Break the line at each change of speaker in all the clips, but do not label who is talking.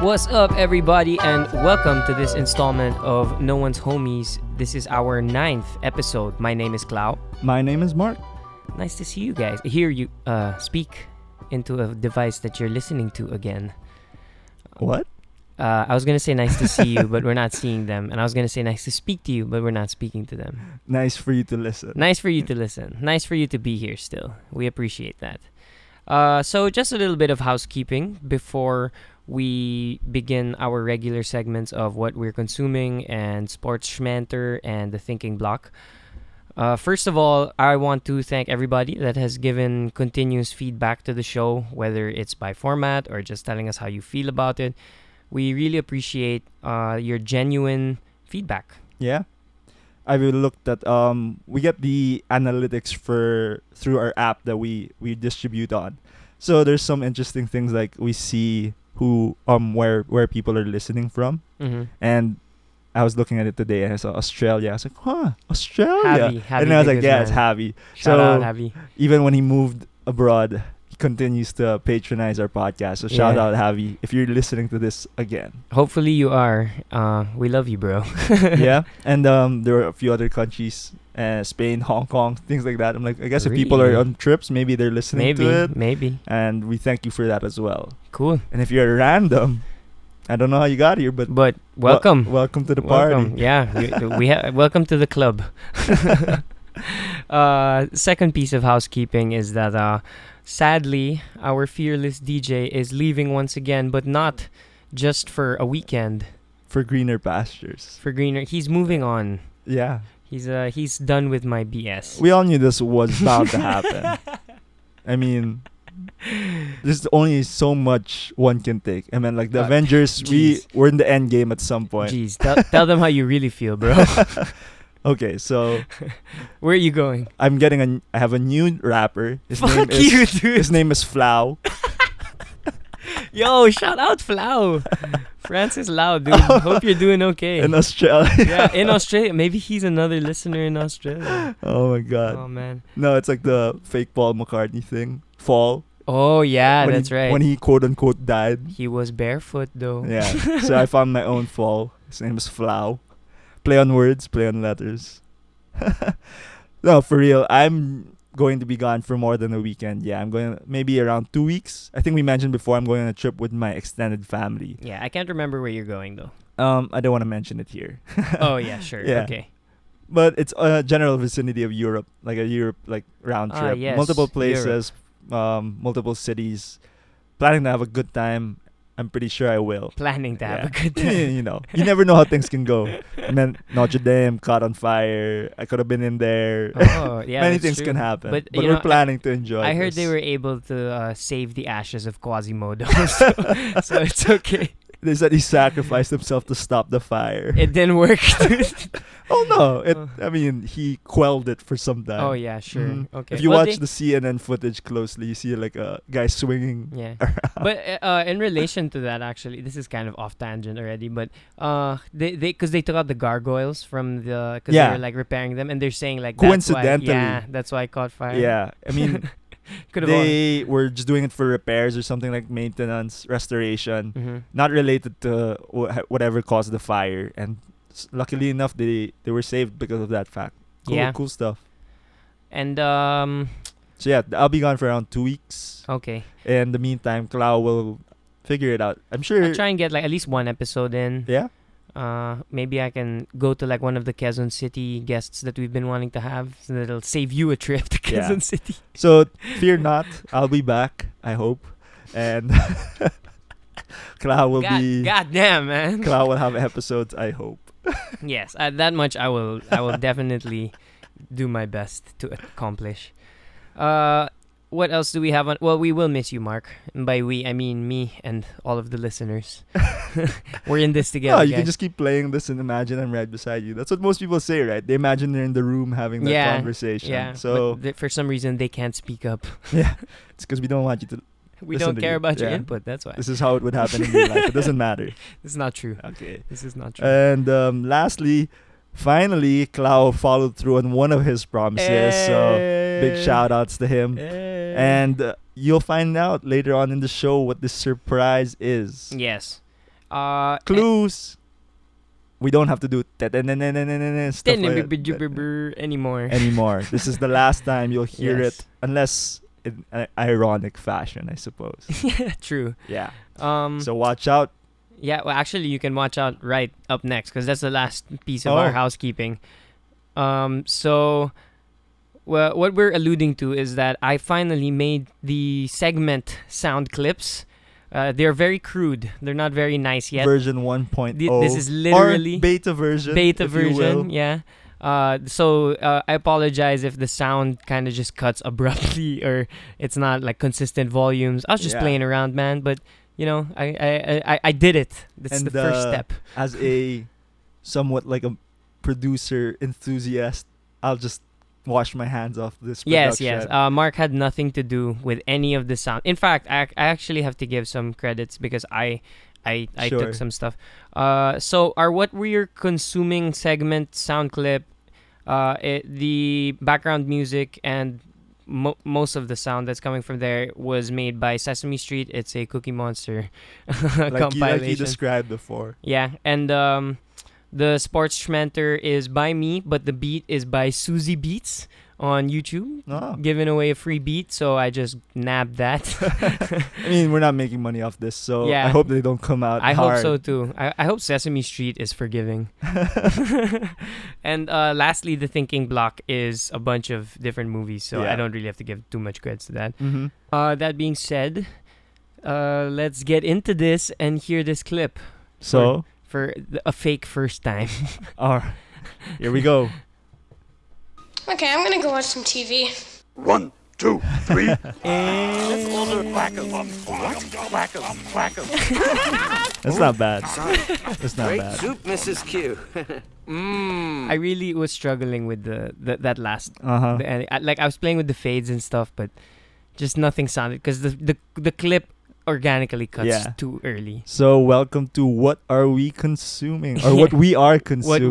What's up, everybody, and welcome to this installment of No One's Homies. This is our ninth episode. My name is Cloud.
My name is Mark.
Nice to see you guys. Hear you uh, speak into a device that you're listening to again.
What?
Uh, I was gonna say nice to see you, but we're not seeing them, and I was gonna say nice to speak to you, but we're not speaking to them.
Nice for you to listen.
Nice for you to listen. Nice for you to be here still. We appreciate that. Uh, so, just a little bit of housekeeping before we begin our regular segments of what we're consuming and sports schmanter and the thinking block. Uh, first of all, I want to thank everybody that has given continuous feedback to the show, whether it's by format or just telling us how you feel about it. We really appreciate uh, your genuine feedback.
Yeah. I will look at um we get the analytics for through our app that we we distribute on. So there's some interesting things like we see who um where where people are listening from
Mm-hmm.
and I was looking at it today and I saw Australia. I was like, huh,
Javi,
Australia.
Javi
and I was like,
Guzman.
Oh, yeah, it's Javi.
Shout out,
So-
Javi.
Even when he moved abroad, he continues to patronize our podcast. So shout
Yeah.
out, Javi, if you're listening to this again.
Hopefully you are. Uh, we love you, bro.
yeah, and um, there were a few other countries, uh, Spain, Hong Kong, things like that. I'm like, I guess if people
Really?
are on trips, maybe they're listening
maybe,
to it,
maybe.
and we thank you for that as well.
Cool.
And if you're random, I don't know how you got here, but
But,
wel-
welcome.
welcome to the
Welcome.
party.
Yeah, we, we ha- welcome to the club. uh, second piece of housekeeping is that uh, sadly our fearless DJ is leaving once again, but not just for a weekend
for greener pastures.
for greener. He's moving on.
Yeah,
He's uh, he's done with my BS.
we all knew this was about to happen. I mean. There's only so much one can take. I mean, like the
Uh,
Avengers, we
jeez.
we're in the end game at some point.
Jeez, tell, tell them how you really feel, bro.
Okay, so
Where are you going?
I'm getting a. n- I have a new rapper. His
Fuck
name is
you, dude.
His name is Flau.
Yo, shout out Flau. Francis Lau, dude. Hope you're doing okay.
in Australia.
yeah, in Australia. Maybe he's another listener in Australia.
oh my god.
Oh man.
no, it's like the fake Paul McCartney thing. Fall.
Oh yeah,
when
that's
he,
right. Oh.
When
He,
he quote unquote died.
was barefoot though.
Yeah. so I found my own fall. His name is Flau. Play on words, play on letters. no, for real. I'm going to be gone for more than a weekend. Yeah, I'm going maybe around two weeks. I think we mentioned before I'm going on a trip with my extended family.
Yeah, I can't remember where you're going though.
Um, I don't want to mention it here.
oh yeah, sure.
Yeah.
Okay.
but it's a general vicinity of Europe, like a Europe like round
Ah,
trip,
yes,
multiple
Europe.
places, um, multiple cities. Planning to have a good time. I'm pretty sure I will.
Planning to have
Yeah.
a good
Yeah,
day.
you know, you never know how things can go. I mean, Notre Dame caught on fire. I could have been in there.
oh yeah.
Many
that's
things
true.
can happen.
But,
But,
you
we're
know, I-
planning to enjoy.
I heard they
this.
were able to uh, save the ashes of Quasimodo, so, so it's okay.
They said he sacrificed himself to stop the fire.
It didn't work. dude.
oh no! It.
Oh.
I mean, he quelled it for some time.
oh yeah, sure.
Mhm.
Okay.
If you
Well,
watch
they-
the CNN footage closely, you see like a guy swinging.
Yeah. but uh, uh, in relation to that, actually, this is kind of off tangent already. But uh, they they because they took out the gargoyles from the because
Yeah.
they were like repairing them, and they're saying like that's why-
Coincidentally.
yeah, that's why I caught fire.
Yeah, I mean,
could have.
they were just doing it for repairs or something like maintenance, restoration,
Mm-hmm.
not related to wha- whatever caused the fire. And s- luckily enough, they they were saved because of that fact. Cool,
Yeah.
cool stuff.
And um,
So yeah, I'll be gone for around two weeks.
okay,
In the meantime, Clau will figure it out. I'm sure.
I'll try and get like at least one episode in.
Yeah,
Uh, maybe I can go to like one of the Quezon City guests that we've been wanting to have, so that it'll save you a trip to
Yeah.
Quezon City.
So fear not, I'll be back. I hope, and Clau will
God,
be.
God damn, man.
Clau will have episodes. I hope.
Yes, uh, that much I will. I will definitely do my best to accomplish. Uh, what else do we have on? Well, we will miss you, Mark. And by we, I mean me and all of the listeners. We're in this
Yeah,
together.
you can
guys.
just keep playing this and imagine I'm right beside you. That's what most people say, right? They imagine they're in the room having that
Yeah,
conversation.
yeah.
So
but th- for some reason, they can't speak up.
yeah, it's because we don't want you to.
We
Listen
don't
to
care
you,
about your
yeah.
input. That's why. This
This is how it would happen in real life. It doesn't matter.
is not true.
Okay.
This is not true.
And um, lastly, finally, Clau followed through on one of his promises. So
Eh.
big shout outs to him. And uh, you'll find out later on in the show what this surprise is.
Yes. Uh,
Clues. We don't have to do stuff like that
anymore.
anymore. This is the last time you'll hear
Yes.
it, unless in an ironic fashion, I suppose.
True.
Yeah.
Um,
So watch out.
yeah, well, actually, you can watch out right up next because that's the last piece of our
Oh.
housekeeping. Um, so, well, what we're alluding to is that I finally made the segment sound clips. Uh, they're very crude. They're not very nice yet.
Version 1.0.
Thi- this is
or
literally
beta version.
beta
if you will.
version. Yeah. Uh, so uh, I apologize if the sound kind of just cuts abruptly or it's not like consistent volumes. I was just
Yeah.
playing around, man. But you know, I I I, I did it. That's
And,
the first
uh,
step.
As a somewhat like a producer enthusiast, I'll just wash my hands off this.
Yes,
production.
yes. Uh, Mark had nothing to do with any of the sound. In fact, I, ac- I actually have to give some credits because I, I, I
Sure.
took some stuff. Uh, so our what we're consuming segment sound clip, uh, it, the background music and mo- most of the sound that's coming from there was made by Sesame Street. It's a Cookie Monster
like, you, like you
compilation.
described before.
Yeah, and um, the Sports Schmenter is by me, but the beat is by Susie Beats on YouTube,
Oh.
giving away a free beat. So I just nabbed that.
I mean, we're not making money off this, so
Yeah.
I hope they don't come out.
I hope
hard.
so too. I, I hope Sesame Street is forgiving. and uh, lastly, the Thinking Block is a bunch of different movies, so I
Yeah.
don't really have to give too much credits to that.
hmm
Uh, that being said, uh, let's get into this and hear this clip
So,
for th- a fake first time.
all right, here we go.
Okay, I'm gonna go watch some TV.
One, two, three. Let's order whack-a-lum. What? Whack-a-lum. Whack-a-lum.
That's not bad. That's not
Great
bad.
soup, Mrs. Q.
I really was struggling with the, the that last
Uh huh.
the end. I, like I was playing with the fades and stuff, but just nothing sounded because the, the the clip organically cuts
Yeah.
too early.
So, welcome to what are we consuming, or what we are consuming,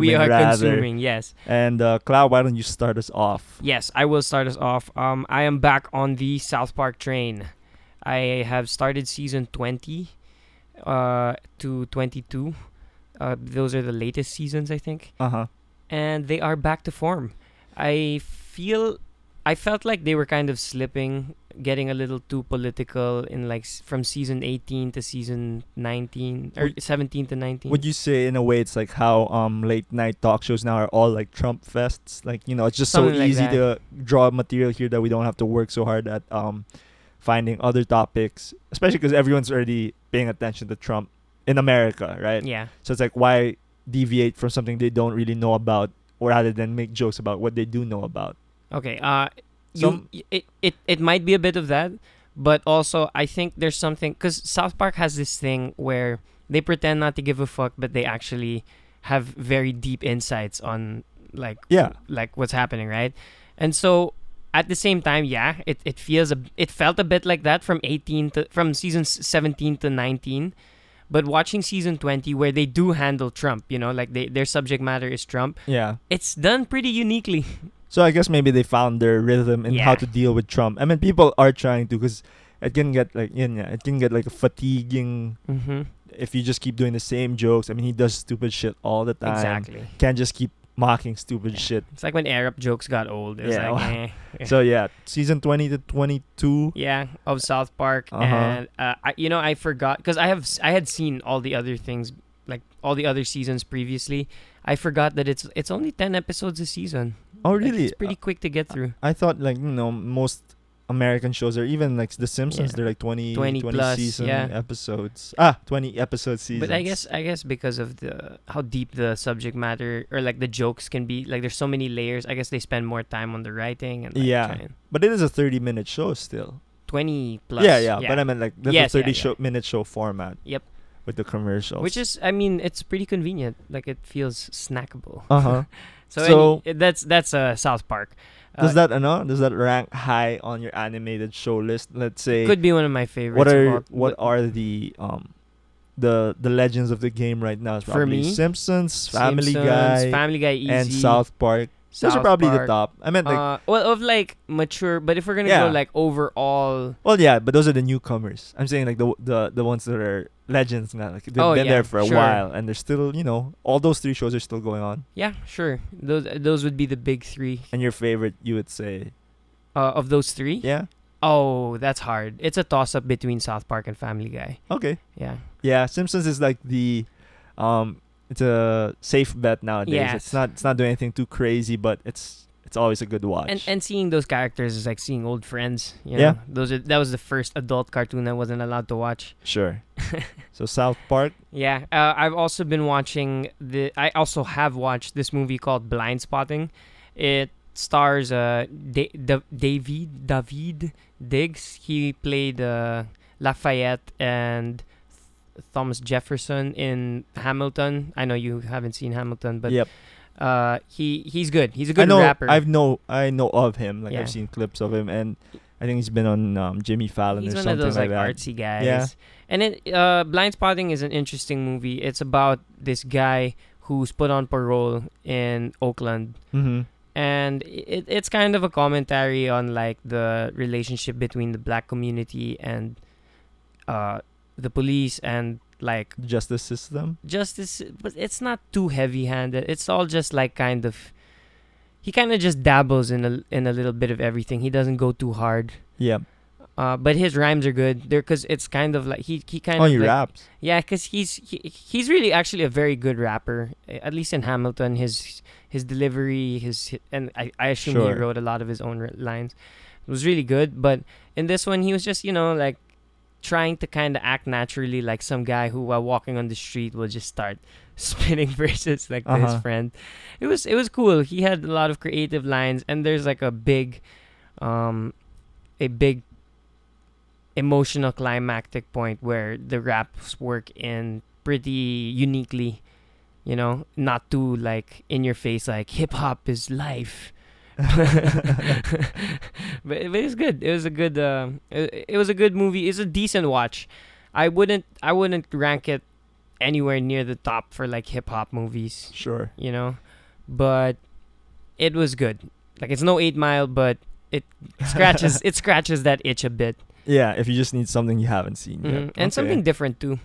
What we are
rather.
consuming, yes,
And uh, Cloud, why don't you start us off?
yes. I will start us off. Um, I am back on the South Park train. I have started season twenty, uh, to twenty two. Uh, those are the latest seasons, I think.
Uh huh.
and they are back to form. I feel I felt like they were kind of slipping, getting a little too political in like s- from season 18 to season 19 or 17 to 19.
Would you say in a way it's like how um late night talk shows now are all like Trump fests? Like you know, it's just
Something
so
like
easy
that.
to draw material here that we don't have to work so hard at um finding other topics, especially because everyone's already paying attention to Trump in America, right?
yeah.
So it's like why deviate from something they don't really know about, rather than make jokes about what they do know about.
Okay. Uh, you,
Some-
y- it, it it might be a bit of that, but also I think there's something because South Park has this thing where they pretend not to give a fuck, but they actually have very deep insights on like
Yeah.
like what's happening, right? And so at the same time, yeah, it, it feels a it felt a bit like that from 18 to from season s- 17 to 19. But watching season 20 where they do handle Trump, you know, like they, their subject matter is Trump,
Yeah.
it's done pretty uniquely.
So I guess maybe they found their rhythm in how
Yeah.
to deal with Trump. I mean, people are trying to because it can get like yun nga, it can get like fatiguing
Mm-hmm.
if you just keep doing the same jokes. I mean, he does stupid shit all the time.
Exactly.
Can't just keep mocking stupid shit.
It's like when Arab jokes got old. It was
Yeah,
like,
well,
eh. Yeah.
So yeah, season twenty to twenty-two.
Yeah, of South Park,
Uh-huh.
and uh, I, you know I forgot because I have s- I had seen all the other things like all the other seasons previously. I forgot that it's it's only ten episodes a season.
Oh
Like,
really?
it's pretty quick to get through.
I thought like you know most American shows or even like The Simpsons,
Yeah.
they're like 20,
20
20,
plus,
season
yeah.
episodes. Ah, twenty episode seasons.
But I guess I guess because of the how deep the subject matter or like the jokes can be, like there's so many layers. I guess they spend more time on the writing and like,
Yeah.
trying-
But it is a thirty-minute show still.
twenty plus.
yeah, yeah, But I meant like that's
Yes, yeah,
a thirty
yeah.
show, minute show format.
Yep.
With the commercials.
which is I mean it's pretty convenient. Like it feels snackable.
uh huh.
So,
So-
any, that's that's uh, South Park. Uh,
does that uh, no? Does that rank high on your animated show list? Let's say
could be one of my favorites.
eh, what
of
are
all-
what are the um the the legends of the game right now? It's
For
probably
me,
Simpsons, Family
Simpsons,
Guy,
Family Guy, Easy,
and South Park. Those are
South
probably
Park.
the top. I meant like
uh, well, of like mature, but if we're gonna
Yeah.
go like overall,
well, yeah, but those are the newcomers. I'm saying like the the the ones that are legends now. Like they've
Oh,
been
yeah,
there for a
sure.
while, and they're still, you know, all those three shows are still going on.
Yeah, sure. Those those would be the big three.
And your favorite, you would say,
Uh, of those three,
yeah,
oh, that's hard. It's a toss up between South Park and Family Guy.
okay,
Yeah,
yeah. Simpsons is like the, um, it's a safe bet nowadays.
Yes.
It's not, it's not doing anything too crazy, but it's, it's always a good watch.
and and seeing those characters is like seeing old friends. You know?
Yeah.
those are, that was the first adult cartoon I wasn't allowed to watch.
sure. so South Park,
Yeah, uh, I've also been watching the. I also have watched this movie called Blind Spotting. It stars uh, da- da- David David Diggs. He played uh, Lafayette and Th- Thomas Jefferson in Hamilton. I know you haven't seen Hamilton, but
yep.
uh, he he's good. He's a good
I know,
rapper.
I've know, I know of him. Like
Yeah.
I've seen clips of him, and I think he's been on um, Jimmy Fallon
He's
or
one
something
of those like,
like, that.
artsy guys.
Yeah.
And it uh Blind Spotting is an interesting movie. It's about this guy who's put on parole in Oakland
Mm-hmm.
and it, it's kind of a commentary on like the relationship between the black community and uh the police and like
Justice system.
justice but it's not too heavy-handed. It's all just like kind of he kind of just dabbles in a in a little bit of everything. He doesn't go too hard.
Yeah.
Uh, but his rhymes are good there because it's kind of like he he kind
Oh,
of
he
like-
raps.
yeah because he's he, he's really actually a very good rapper a- at least in Hamilton his his delivery his and I, I assume he
Sure.
wrote a lot of his own r- lines it was really good but in this one he was just you know like trying to kind of act naturally like some guy who while walking on the street will just start spinning verses like to his
Uh-huh.
friend it was it was cool he had a lot of creative lines and there's like a big um a big emotional climactic point where the raps work in pretty uniquely you know not too like in your face like hip hop is life but, it- but it's good it was a good um it, it was a good movie it's a decent watch i wouldn't i wouldn't rank it anywhere near the top for like hip hop movies
Sure.
you know but it was good like it's no eight mile but it scratches it scratches that itch a bit
Yeah, if you just need something you haven't seen yet.
Mhm. and
Okay.
something different too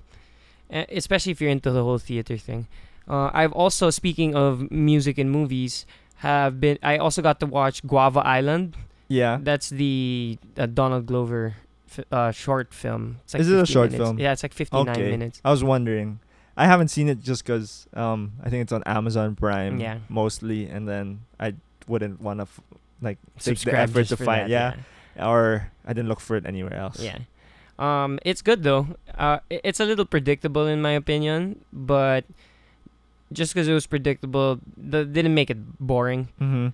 E- especially if you're into the whole theater thing uh, i've also speaking of music and movies have been i also got to watch guava island
Yeah.
that's the uh, donald glover f- uh, short film it's
Is it a
50
short
minutes.
film?
yeah it's like 59
Okay.
minutes
I was wondering. I haven't seen it just because um, I think it's on Amazon Prime
Yeah.
mostly, and then I wouldn't want to f- like take the
Subscribe
effort
just
to
for
find.
that,
yeah, or I didn't look for it anywhere else.
Yeah. Um, it's good though. Uh, i- it's a little predictable in my opinion, but just because it was predictable, the didn't make it boring.
Mm-hmm.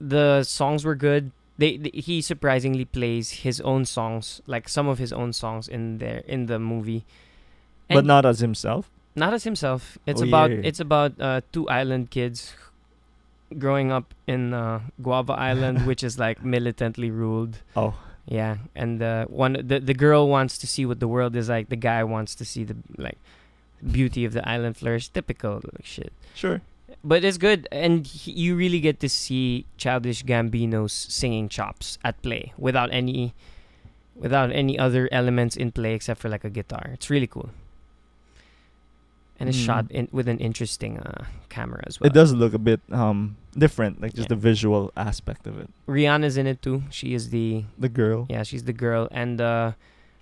The songs were good. They, th he surprisingly plays his own songs, like some of his own songs in there in the movie.
But
And-
not as himself.
Not as himself. It's
Oh,
about
yeah.
it's about uh, two island kids growing up in uh, Guava Island, which is like militantly ruled.
Oh,
Yeah, and the one the the girl wants to see what the world is like. The guy wants to see the like beauty of the island flourish. Typical like, shit,
sure.
but it's good, and he, you really get to see childish Gambino's singing chops at play without any without any other elements in play except for like a guitar. It's really cool, and it's
Mm.
shot in, with an interesting uh, camera as well.
it does look a bit um different, like just
Yeah.
the visual aspect of it.
Rihanna's in it too. She is the
The girl.
Yeah, she's the girl. And uh,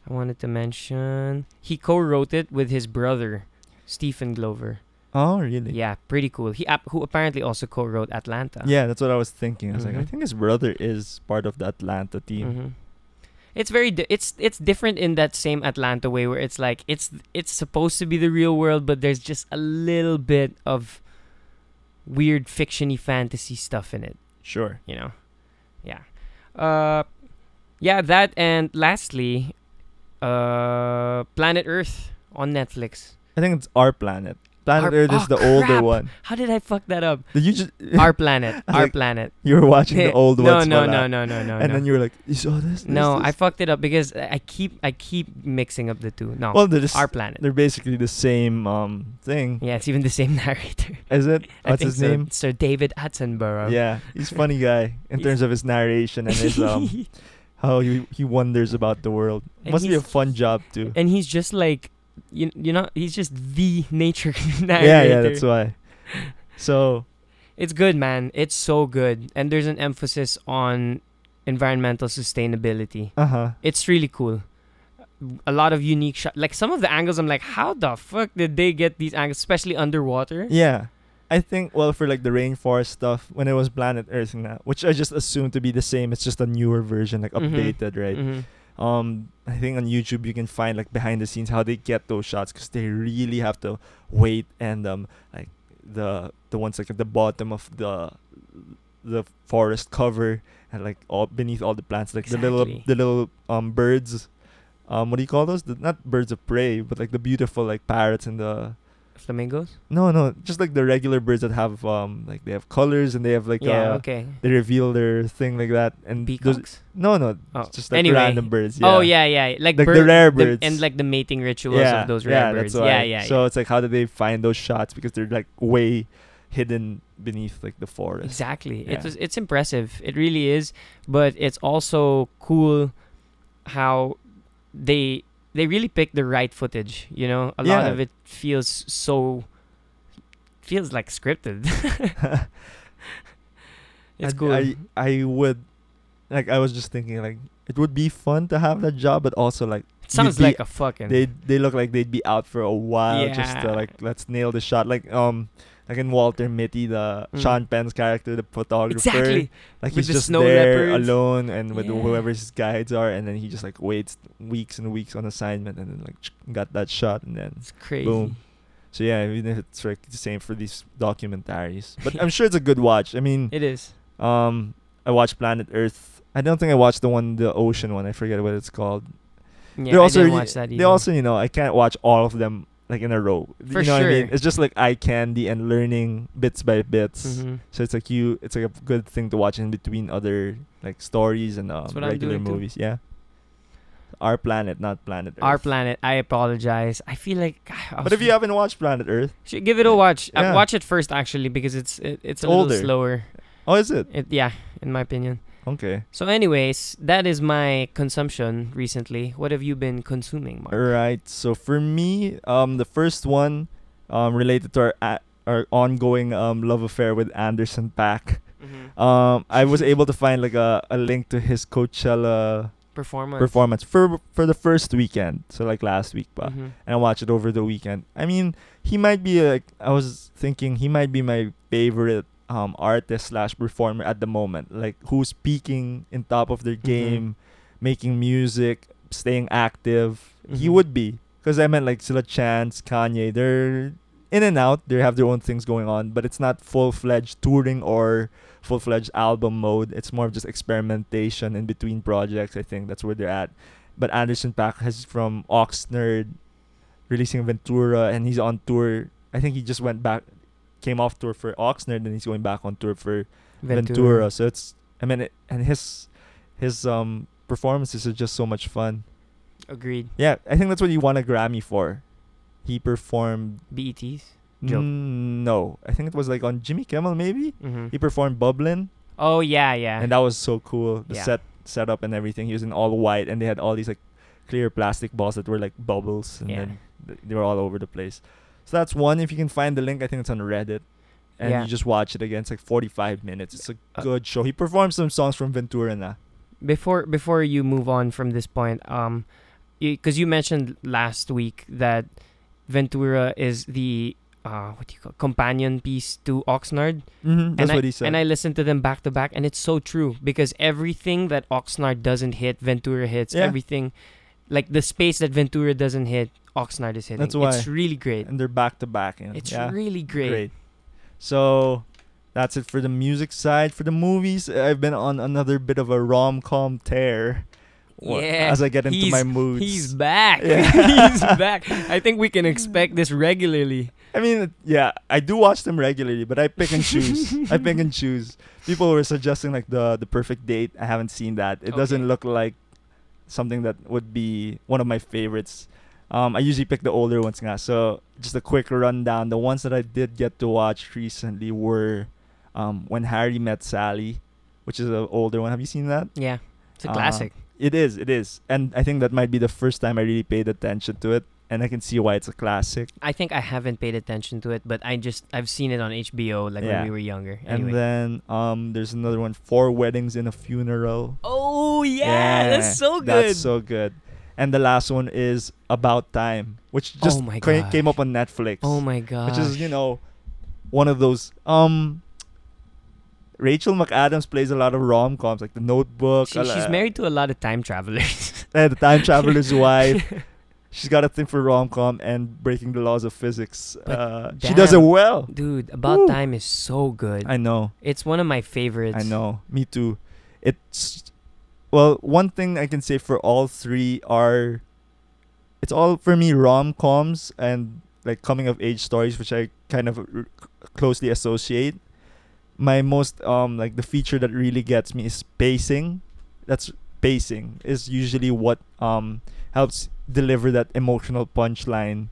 I wanted to mention he co-wrote it with his brother, Stephen Glover.
Oh, really?
Yeah, pretty cool. He app who apparently also co-wrote Atlanta.
Yeah, that's what I was thinking. I was like,
Mhm.
I think his brother is part of the Atlanta team.
Mhm. It's very di- it's it's different in that same Atlanta way where it's like it's it's supposed to be the real world, but there's just a little bit of weird fictiony fantasy stuff in it.
Sure.
you know yeah uh yeah that and lastly uh planet earth on netflix
I think it's our planet. Planet
Our-
Earth is
oh,
the older
crap.
one.
how did i fuck that up
Did you just
our planet
I
our
like-
planet
you were watching the old
no,
ones?
no
wala.
no no no no
And
no
then you were like, you saw this? this,
no i
this?"
fucked it up because i I keep i keep mixing up the two no
well, they're just,
our planet
they're basically the same um thing.
yeah it's even the same narrator
Is it?
I
What's
think
his
so.
name?
sir david attenborough
Yeah, he's a funny guy in
He's-
terms of his narration and his um how he he wonders about the world.
And
Must be a
he's-
fun job too.
and he's just like you, you know he's just the nature narrator.
yeah, yeah, that's why. So
It's good, man. It's so good. And there's an emphasis on environmental sustainability.
uh huh.
It's really cool. A lot of unique shots. Like some of the angles, I'm like, how the fuck did they get these angles, especially underwater?
Yeah. I think well for like the rainforest stuff when it was planet Earth and that, which I just assumed to be the same. It's just a newer version, like
Mhm.
updated, right?
Mhm.
Um, I think on YouTube you can find like behind the scenes how they get those shots because they really have to wait and um like the the ones like at the bottom of the the forest cover and like all beneath all the plants like the little
Exactly.
the little um birds um what do you call those the, not birds of prey but like the beautiful like parrots and the
Flamingos?
no no just like the regular birds that have um like they have colors and they have like
yeah,
uh,
okay.
they reveal their thing like that and those-
Peacocks.
no no
Oh,
it's just like
anyway.
random birds
Oh yeah, yeah. Like,
Like the
bird-
rare
the-
birds.
and like the mating rituals of those rare birds.
why.
Yeah, yeah,
So it's like, how did they find those shots? Because they're like way hidden beneath like the
yeah.
forest.
Exactly.
Yeah.
It was it's impressive. It really is. But it's also cool how they they really pick the right footage, you know? A lot
Yeah.
of it feels so feels like scripted. it's
I,
cool.
I I would, like, I was just thinking like it would be fun to have that job, but also like
it sounds
be-
like a fucking
they they look like they'd be out for a while just to
Yeah.
like let's nail the shot. Like um, like in Walter Mitty, the
Mm.
Sean Penn's character, the photographer.
Exactly.
Like
With
he's
the
just
snow
there
leopards.
alone and with
Yeah.
whoever his guides are, and then he just like waits weeks and weeks on assignment, and then like got that shot, and then
It's crazy.
Boom. So yeah, even if it's like the same for these documentaries, but I'm sure it's a good watch. I mean,
It is.
um, I watched Planet Earth. I don't think I watched the one, the ocean one. I forget what it's called.
Yeah,
They
I
also
didn't
re-
watch that
They
either.
also, you know, I can't watch all of them like in a row.
For
you know what I mean?
sure.
It's just like eye candy and learning bits by bits.
Mhm.
So it's like you, it's like a good thing to watch in between other like stories and um,
what I'm
regular
doing too.
movies. Yeah. Our planet, not Planet Earth.
Our planet. I apologize. I feel like I
But
was-
if you haven't watched Planet Earth,
should give it a watch. Uh,
Yeah.
watch it first actually because it's it, it's a
Older.
little slower.
oh, is it
It, yeah, in my opinion.
okay?
So, anyways, that is my consumption recently. What have you been consuming, Mark?
All right. So for me, um, the first one, um, related to our a- our ongoing um love affair with Anderson Pack.
Mm-hmm.
Um, I was able to find like a, a link to his Coachella
Performance.
performance for for the first weekend. So like last week, but
Mhm.
and I watched it over the weekend. I mean, he might be like I was thinking he might be my favorite um artist slash performer at the moment. Like who's peaking in top of their game, making music, staying active. He
Mhm.
would be because I meant like Silla Chance, Kanye. They're in and out. They have their own things going on, but it's not full fledged touring or full fledged album mode. It's more of just experimentation in between projects. I think that's where they're at. But Anderson Pack has from Oxnard, releasing Ventura, and he's on tour. I think he just went back, came off tour for Oxnard, and he's going back on tour for Ventura. So it's I mean, it, and his his um performances are just so much fun.
Agreed.
Yeah, I think that's what you won a Grammy for. He performed.
BETs. Joke.
Mm, no, I think it was like on Jimmy Kimmel maybe.
Mhm.
He performed Bublin.
Oh yeah, yeah.
and that was so cool. The
Yeah.
set setup and everything. He was in all white, and they had all these like clear plastic balls that were like bubbles, and
Yeah.
then th- they were all over the place. So that's one. If you can find the link, I think it's on Reddit, and
Yeah.
you just watch it again. It's like 45 minutes. It's a
Uh,
good show. He performed some songs from Ventura na.
before before you move on from this point, um, because you mentioned last week that Ventura is the uh, what do you call companion piece to Oxnard.
Mm-hmm. That's
and
what
I,
he said.
And I listened to them back to back, and it's so true because everything that Oxnard doesn't hit, Ventura hits.
Yeah.
Everything, like the space that Ventura doesn't hit, Oxnard is hitting.
That's why.
It's really great.
and they're back to back. you know.
It's
yeah.
really great.
So that's it for the music side. For the movies, I've been on another bit of a rom com tear. wha-
Yeah,
As I get into
he's-
my moods.
He's back.
Yeah.
He's back. I think we can expect this regularly.
I mean, yeah, I do watch them regularly, but I pick and choose. I pick and choose. People were suggesting like the the perfect date. I haven't seen that. It
Okay.
doesn't look like something that would be one of my favorites. Um, I usually pick the older ones nga. So just a quick rundown. The ones that I did get to watch recently were um, when Harry met Sally, which is an older one. Have you seen that?
Yeah, it's a
Uh,
classic.
It is. It is. And I think that might be the first time I really paid attention to it. and I can see why it's a classic.
I think I haven't paid attention to it, but I just I've seen it on HBO like
Yeah.
when we were younger.
And
Anyway.
then um, there's another one, Four Weddings and a Funeral.
oh yeah,
Yeah,
that's so good.
That's so good. And the last one is About Time, which
Oh
just
my
ca- came
gosh.
up on Netflix.
oh my god.
which is you know one of those um Rachel McAdams plays a lot of rom coms like The Notebook.
She,
a
she's
lot-
married to a lot of time travelers.
eh, the Time Traveler's Wife. She's got a thing for rom com and breaking the laws of physics.
But
Uh, she does it
damn.
well.
Dude, About
Woo.
Time is so good.
I know.
it's one of my favorites.
I know. Me too. It's well, one thing I can say for all three are it's all for me rom coms and like coming of age stories, which I kind of r- closely associate. My most um like the feature that really gets me is pacing. That's pacing is usually what um helps deliver that emotional punchline.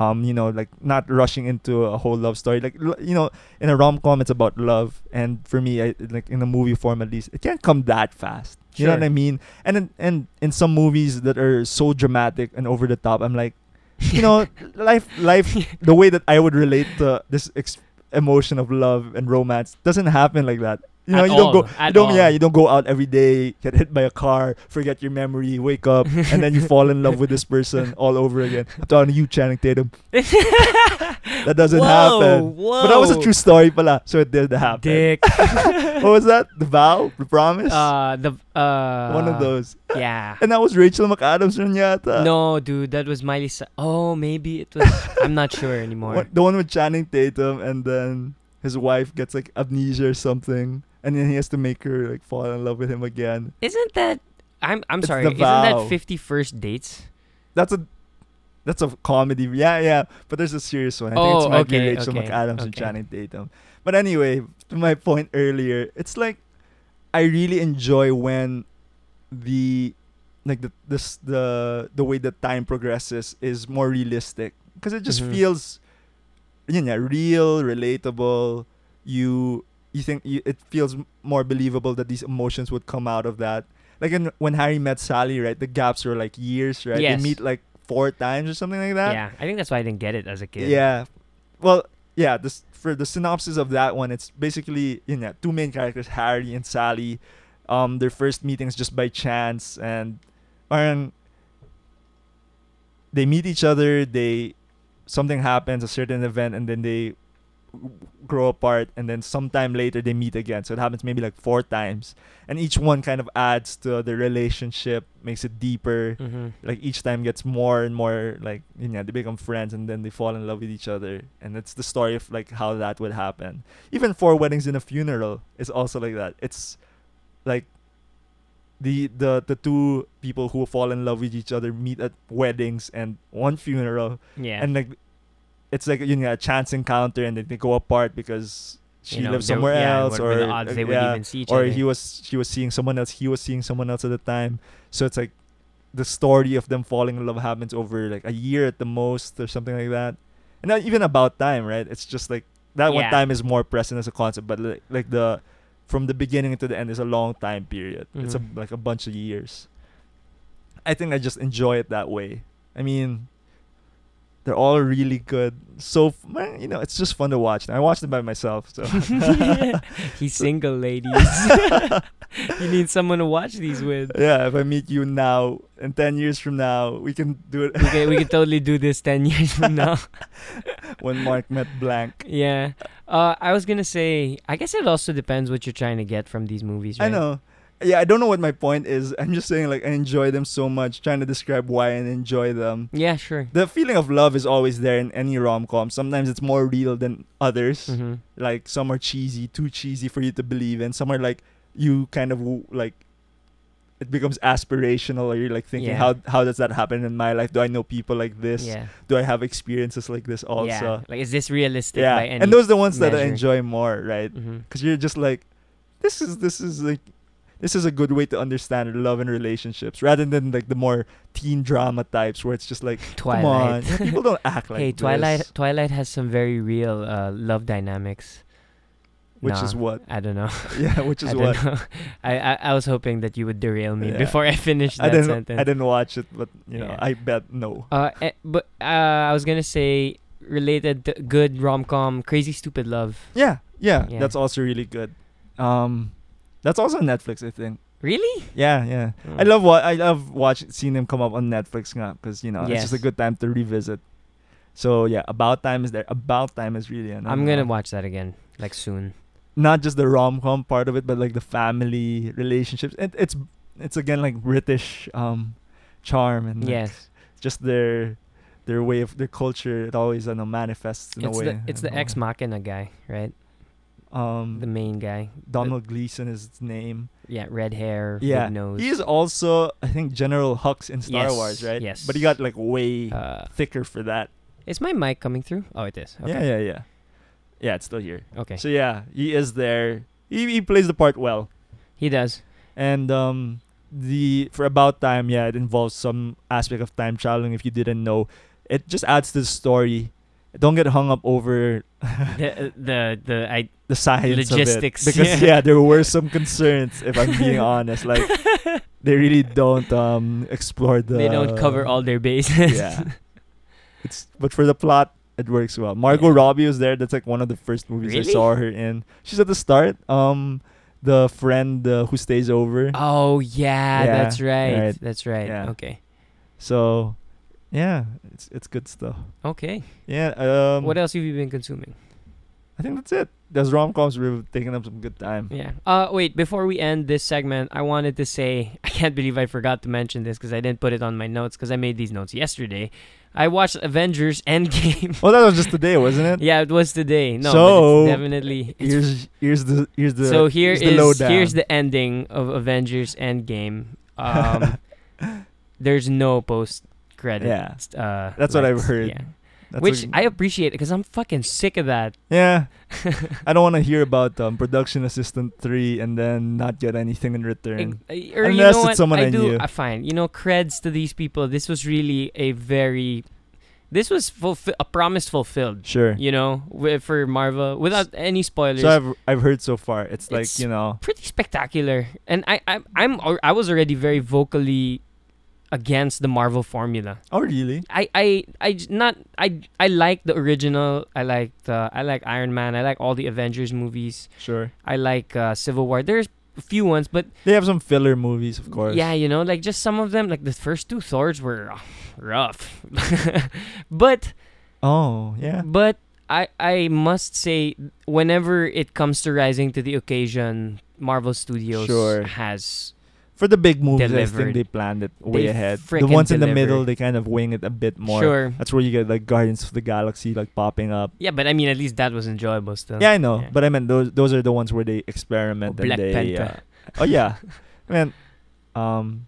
Um, you know, like not rushing into a whole love story. Like l- you know, in a rom com, it's about love, and for me, I, like in a movie form at least, it can't come that fast. You know
Sure.
what I mean? And in, and in some movies that are so dramatic and over the top, I'm like, you know, life life the way that I would relate to this ex- emotion of love and romance doesn't happen like that. You know,
At
you don't
all,
go, you
at
don't, yeah,
all.
you don't go out every day, get hit by a car, forget your memory, wake up, and then you fall in love with this person all over again. I'm telling you, Channing Tatum, that doesn't
whoa,
happen.
Whoa.
But that was a true story, pala, so it did happen.
Dick.
What was that? The vow, the promise,
uh, the uh,
one of those, uh,
Yeah.
and that was Rachel McAdams, rin yata.
No, dude, that was Miley. Cy- oh, maybe it was. I'm not sure anymore.
What- the one with Channing Tatum, and then his wife gets like amnesia or something, and then he has to make her like fall in love with him again.
Isn't that? I'm I'm
It's
sorry.
The
Isn't that
Vow.
Fifty First Dates?
That's a that's a comedy. Yeah, yeah. But there's a serious one. I think
Oh,
it's might be
okay,
Rachel
okay,
McAdams and
okay.
Channing Tatum. But anyway, to my point earlier, it's like I really enjoy when the like the this the the way that time progresses is more realistic because it just
Mhm.
feels yun nga, real, relatable. You you think you, it feels m- more believable that these emotions would come out of that. Like in, when Harry met Sally, right? The gaps were like years, right?
Yes.
They meet like four times or something like that.
Yeah, I think that's why I didn't get it as a kid.
Yeah. Well, yeah, this for the synopsis of that one, it's basically you know, two main characters, Harry and Sally. Um, their first meetings just by chance and parang they meet each other, they something happens, a certain event, and then they grow apart and then sometime later they meet again. So it happens maybe like four times. And each one kind of adds to the relationship, makes it deeper
Mm-hmm.
like each time gets more and more like you know they become friends and then they fall in love with each other and it's the story of like how that would happen even four weddings and a funeral is also like that it's like the the the two people who fall in love with each other meet at weddings and one funeral
Yeah.
and like it's like you know a chance encounter and then they go apart because she
You know,
lives
they-
somewhere
yeah,
else
what
or uh,
were the odds they would
yeah,
even see each
or
other.
he was she was seeing someone else he was seeing someone else at the time so it's like the story of them falling in love happens over like a year at the most or something like that and not even about time right it's just like that one
Yeah.
time is more present as a concept but like, like the from the beginning to the end is a long time period it's a,
Mhm.
like a bunch of years i think i just enjoy it that way i mean they're all really good so f- man, you know it's just fun to watch i watched it by myself so
He's single, ladies. you need someone to watch these with.
yeah if i meet you now and 10 years from now we can do it
We can, we can totally do this 10 years from now.
when mark met blank
yeah. Uh, I was going to say, I guess it also depends what you're trying to get from these movies, right?
i know yeah i don't know what my point is i'm just saying like i enjoy them so much trying to describe why i enjoy them
Yeah, sure.
the feeling of love is always there in any rom-com sometimes it's more real than others
hmm
like some are cheesy too cheesy for you to believe in some are like you kind of w- like it becomes aspirational or you're like thinking
Yeah.
how how does that happen in my life do i know people like this
Yeah.
do i have experiences like this also
Yeah. Like, is this realistic
yeah
by any
and those are the ones that i
measure.
enjoy more right
hmm
because you're just like this is this is like this is a good way to understand love and relationships rather than like the more teen drama types where it's just like come
Twilight.
on yeah, people don't act like
hey, Twilight
this.
Twilight has some very real uh, love dynamics.
which
Nah,
is what
I don't know.
yeah which
I
is
don't
what
know. I, I I was hoping that you would derail me
Yeah.
before I finished that
I didn't
sentence.
I didn't watch it but you know
Yeah.
I bet no
Uh, eh, but uh, I was gonna say related to good rom com, Crazy Stupid Love.
yeah, yeah
Yeah.
that's also really good um that's also Netflix I think
Really?
yeah yeah
Mm.
I love what I love watching seeing them come up on Netflix now because you know it's just a
Yes.
good time to revisit so yeah about time is there about time is really an
I'm gonna watch that again, like soon.
not just the rom com part of it, but like the family relationships. It, it's it's again like British um charm and like,
Yes.
just their their way of their culture. It always I know, manifests in
it's
a way.
the it's
you
the
know.
ex machina guy, right?
Um,
The main guy.
Donald Gleason is his name.
Yeah, red hair,
Yeah,
big nose.
he is also I think General Hux in Star
Yes,
Wars, right?
yes.
But he got like way
uh,
thicker for that.
is my mic coming through? Oh, it is. Okay.
Yeah, yeah, yeah. Yeah, it's still here.
Okay.
So yeah, he is there. He he plays the part well.
he does.
and um the for about time yeah it involves some aspect of time traveling if you didn't know it just adds to the story don't get hung up over
the uh, the the I
the science
Logistics,
of it because
yeah.
yeah there were some concerns if i'm being honest like they really don't um explore the
they don't cover all their bases.
yeah it's but for the plot it works well margot
Yeah.
robbie was there that's like one of the first movies i
Really?
saw her in she's at the start um the friend uh, who stays over
Oh yeah,
Yeah,
that's right.
right.
That's right.
Yeah.
Okay.
So, yeah, it's it's good stuff.
Okay.
Yeah. Um,
what else have you been consuming?
I think that's it. Those rom coms we've taken up some good time.
Yeah. Uh, wait. Before we end this segment, I wanted to say I can't believe I forgot to mention this because I didn't put it on my notes because I made these notes yesterday. I watched Avengers Endgame.
Well, that was just today, wasn't it?
yeah, it was today. No,
So,
but it's definitely. it's-
Here's here's the here's the
so here
here's the
is
lowdown.
here's the ending of Avengers Endgame. Um, there's no post credit.
Yeah.
Uh,
That's what I've
lights.
heard.
Yeah.
That's
Which
what-
I appreciate because I'm fucking sick of that.
yeah. I don't want to hear about um, production assistant three and then not get anything in
Ig-
return.
uh, or you
Unless
know
it's
what?
someone
I
I
do.
knew.
Uh, fine. You know, creds to these people. This was really a very, this was fulfi- a promise fulfilled.
sure.
You know, wi- for Marvel without any spoilers.
So I've I've heard so far. It's like
It's-
you know.
pretty spectacular, and I, I I'm al- I was already very vocally against the Marvel formula.
Oh really?
I I I j- not I I like the original. I like uh, I like Iron Man. I like all the Avengers movies.
Sure.
I like uh, Civil War. There's a few ones, but
They have some filler movies, of course.
Yeah, you know, like just some of them, like the first two Thors were uh, rough, but
Oh yeah.
but I I must say, whenever it comes to rising to the occasion, Marvel Studios
Sure.
has
For the big movies, I
Delivered.
think they planned it way
They
ahead. The
frickin'
ones in the
delivered.
middle, they kind of wing it a bit more.
sure.
That's where you get like Guardians of the Galaxy like popping up.
Yeah, but I mean, at least that was enjoyable still.
Yeah, I know,
Uh, yeah.
but I mean those those are the ones where they
Or
experiment and
Black
they.
Panther.
uh, oh yeah, man. Um,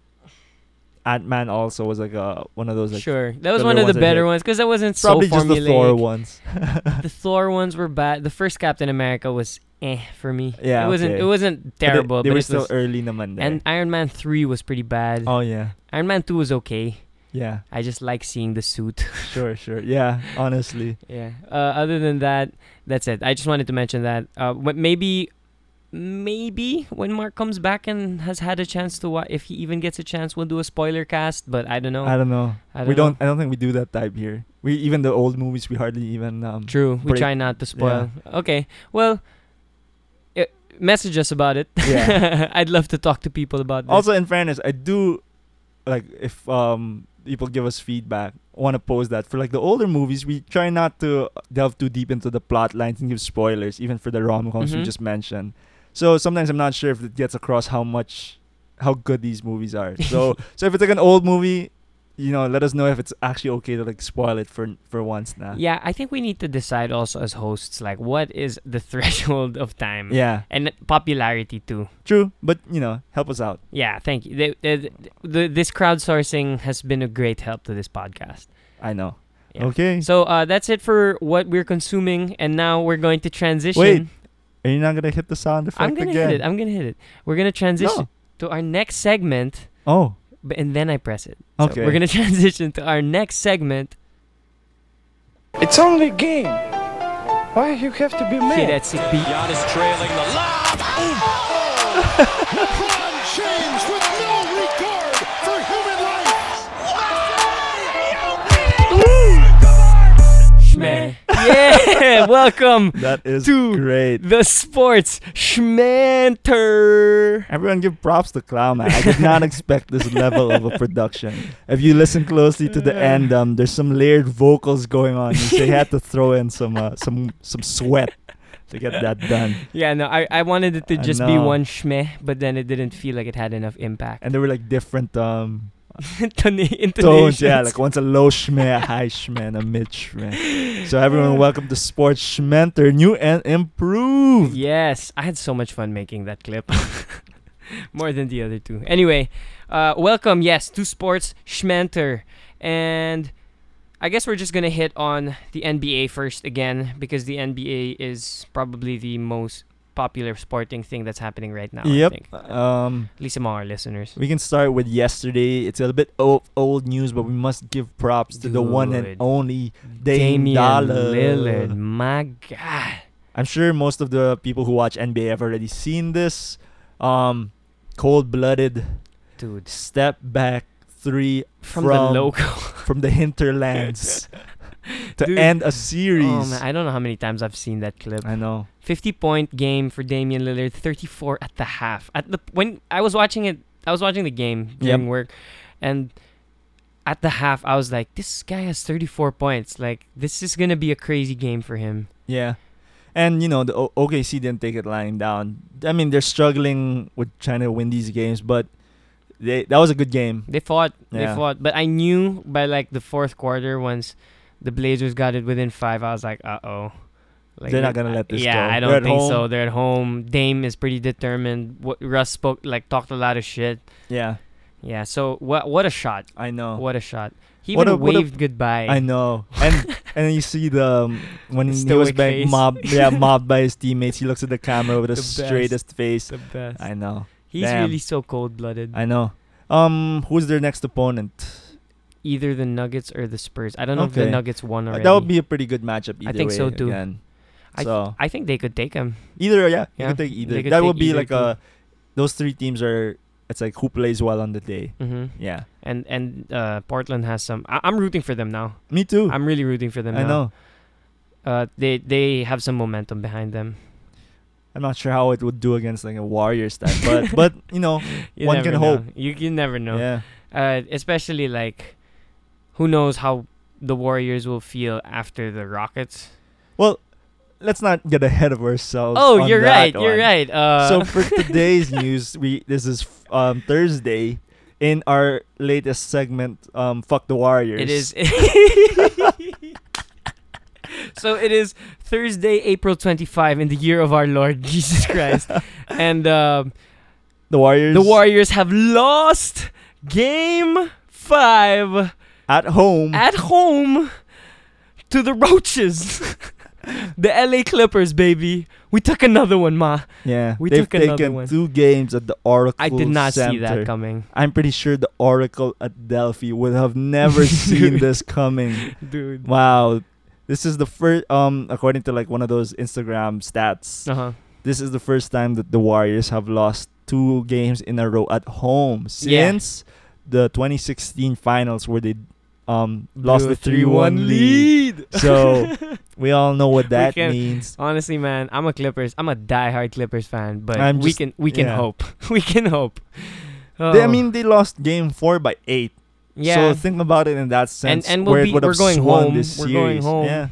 Ant Man also was like uh one of those like
sure, that was
the
one of the
other ones I
better
did.
ones because that wasn't
probably
so
just
formulaic.
the Thor ones.
The Thor ones were bad. The first Captain America was eh for me.
Yeah,
it wasn't
okay.
it wasn't terrible,
They, they
but
were
it was.
still early naman there.
and Iron Man three was pretty bad.
oh yeah,
Iron Man two was okay.
yeah,
I just like seeing the suit.
sure, sure, yeah. Honestly,
yeah. Uh, other than that, that's it. I just wanted to mention that. Uh, wh- maybe, maybe when Mark comes back and has had a chance to watch, if he even gets a chance, we'll do a spoiler cast. But I don't know.
I don't know.
I don't
we
know.
don't. I don't think we do that type here. We even the old movies, we hardly even um.
True. We
break-
try not to spoil. Okay. Well, i message us about it.
Yeah.
I'd love to talk to people about this.
also in fairness i do like if um people give us feedback want to pose that for like the older movies we try not to delve too deep into the plot lines and give spoilers even for the rom-coms
Mhm.
we just mentioned so sometimes i'm not sure if it gets across how much how good these movies are so so if it's like an old movie you know let us know if it's actually okay to like spoil it for for once now
yeah, I think we need to decide also as hosts, like what is the threshold of time
yeah
and popularity too.
true but you know help us out
Yeah, thank you. The, the, the, this crowdsourcing has been a great help to this podcast.
i know
Yeah.
okay
So uh, that's it for what we're consuming, and now we're going to transition.
Wait, are you not gonna hit the sound effect
I'm gonna
again
hit it. I'm gonna hit it. We're gonna transition to our next segment,
no. oh
but, and then I press it. So
okay
we're gonna transition to our next segment.
It's only a game.
Why you have to be
Shit,
mad?
that's sick beat.
Giannis trailing the lob.
LeBron James with no regard for human life.
Schmeh. Yeah, welcome
That is
Dude.
great.
the sports schmenter.
Everyone give props to Clown Man. I did not expect this level of a production. If you listen closely to the end, um, there's some layered vocals going on. and They had to throw in some uh, some some sweat to get that done.
Yeah, no, I, I wanted it to
I
just be
know.
one schmeh, but then it didn't feel like it had enough impact.
And there were like different um
Intona-
tones. Yeah,
intonations.
like one's a low schmeh, a high schmeh, and a mid schmeh. So everyone, welcome to Sports Schmenter, new and improved.
Yes, I had so much fun making that clip. More than the other two. Anyway, uh, welcome, yes, to Sports Schmenter. And I guess we're just going to hit on the NBA first again because the NBA is probably the most popular sporting thing that's happening right now. I think.
Yep. Um,
At least among our listeners.
We can start with yesterday. It's a little bit o- old news, but we must give props to the one and
Dude.
only Dame
Damian
Dollar.
Lillard. My God.
I'm sure most of the people who watch NBA have already seen this. Um, cold-blooded
Dude.
step back three
From,
from,
the local. Oh,
from the hinterlands to
Dude.
end a series.
Oh, man. I don't know how many times I've seen that clip.
I know.
50 point game for Damian Lillard, 34 at the half. At the when I was watching it, I was watching the game during work and at the half I was like this guy has 34 points. Like this is going to be a crazy game for him.
Yeah. And you know the o- OKC didn't take it lying down. I mean they're struggling with trying to win these games, but they that was a good game.
They fought, they
Yeah.
fought, but I knew by like the fourth quarter once the Blazers got it within 5, I was like, "Uh-oh." Like,
They're not
it-
gonna let this
yeah,
go.
I
They're
don't
at
think so.
home.
They're at home. Dame is pretty determined. What Russ spoke like talked a lot of shit.
Yeah,
Yeah, so what what a shot.
I know.
What a shot! He
Oh. What
even
a- what a-
waved goodbye.
I know. And and you see the um, when he
stoic
was being
face.
mobbed, yeah, mobbed by his teammates. He looks at the camera with the,
The
straightest face.
the best.
I know.
He's
damn.
really so cold-blooded.
I know. Um, who's their next opponent?
Either the Nuggets or the Spurs. I don't know if the
Okay.
Nuggets won
Uh,
already.
that would be a pretty good matchup. Either
I think
way,
so too.
Again.
I, th-
so
I think they could take him.
either, yeah, you
Yeah,
could take either.
could
That
take
would be
either
like
too.
a. Those three teams are. It's like who plays well on the day.
hmm
Yeah,
And and uh, Portland has some. I- I'm rooting for them now.
me too. i
I'm really rooting for them. now.
know.
Uh, they they have some momentum behind them.
I'm not sure how it would do against like a Warriors type, but but you know,
You
One
never
can
know.
hope.
You you never know.
yeah,
Uh, especially like, who knows how the Warriors will feel after the Rockets.
let's not get ahead of ourselves.
Oh,
on
you're
that
right.
one.
You're right. Uh,
so for today's news, we this is um, Thursday. In our latest segment, um, fuck the Warriors.
It is. so it is Thursday, April 25 in the year of our Lord Jesus Christ. and um
the Warriors.
the Warriors have lost game five
at home.
at home to the Roaches. the LA Clippers, baby. We took another one, Ma.
yeah,
We
they've
took another
taken
one.
two games at the Oracle.
I did not see
Center.
that coming.
I'm pretty sure the Oracle at Delphi would have never seen
Dude.
this coming.
Dude.
Wow, this is the first. Um, according to like one of those Instagram stats,
Uh huh.
this is the first time that the Warriors have lost two games in a row at home
Yeah.
since the 2016 finals where they um lost the
3-1
3-1 lead. so we all know what that
can-
means.
Honestly, man, I'm a Clippers. I'm a diehard Clippers fan, but
I'm
we
just-
can we can
yeah.
hope. We can hope.
They, I
Oh,
mean, they lost game 4 by 8.
yeah.
So think about it in that sense
and we'll
where
be-
it would
we're
have
going
swung
home.
this
We're going
series.
home.
Yeah.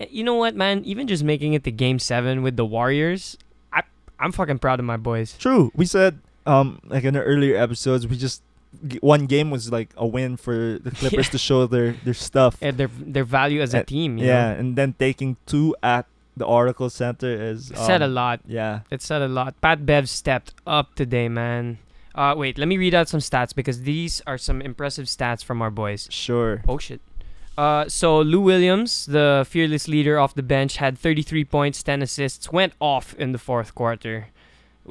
Eh, you know what, man? Even just making it to Game Seven with the Warriors, I I'm fucking proud of my boys.
True. We said um like in the earlier episodes we just g- one game was like a win for the Clippers to show their their stuff.
And Eh, their their value as a
Uh,
team. You
yeah,
know?
and then taking two at the Oracle Center is
It said a
um,
lot.
Yeah.
It said a lot. Pat Bev stepped up today, man. Uh, wait, let me read out some stats because these are some impressive stats from our boys.
Sure.
Oh shit. Uh, so Lou Williams, the fearless leader off the bench, had 33 points, 10 assists, went off in the fourth quarter.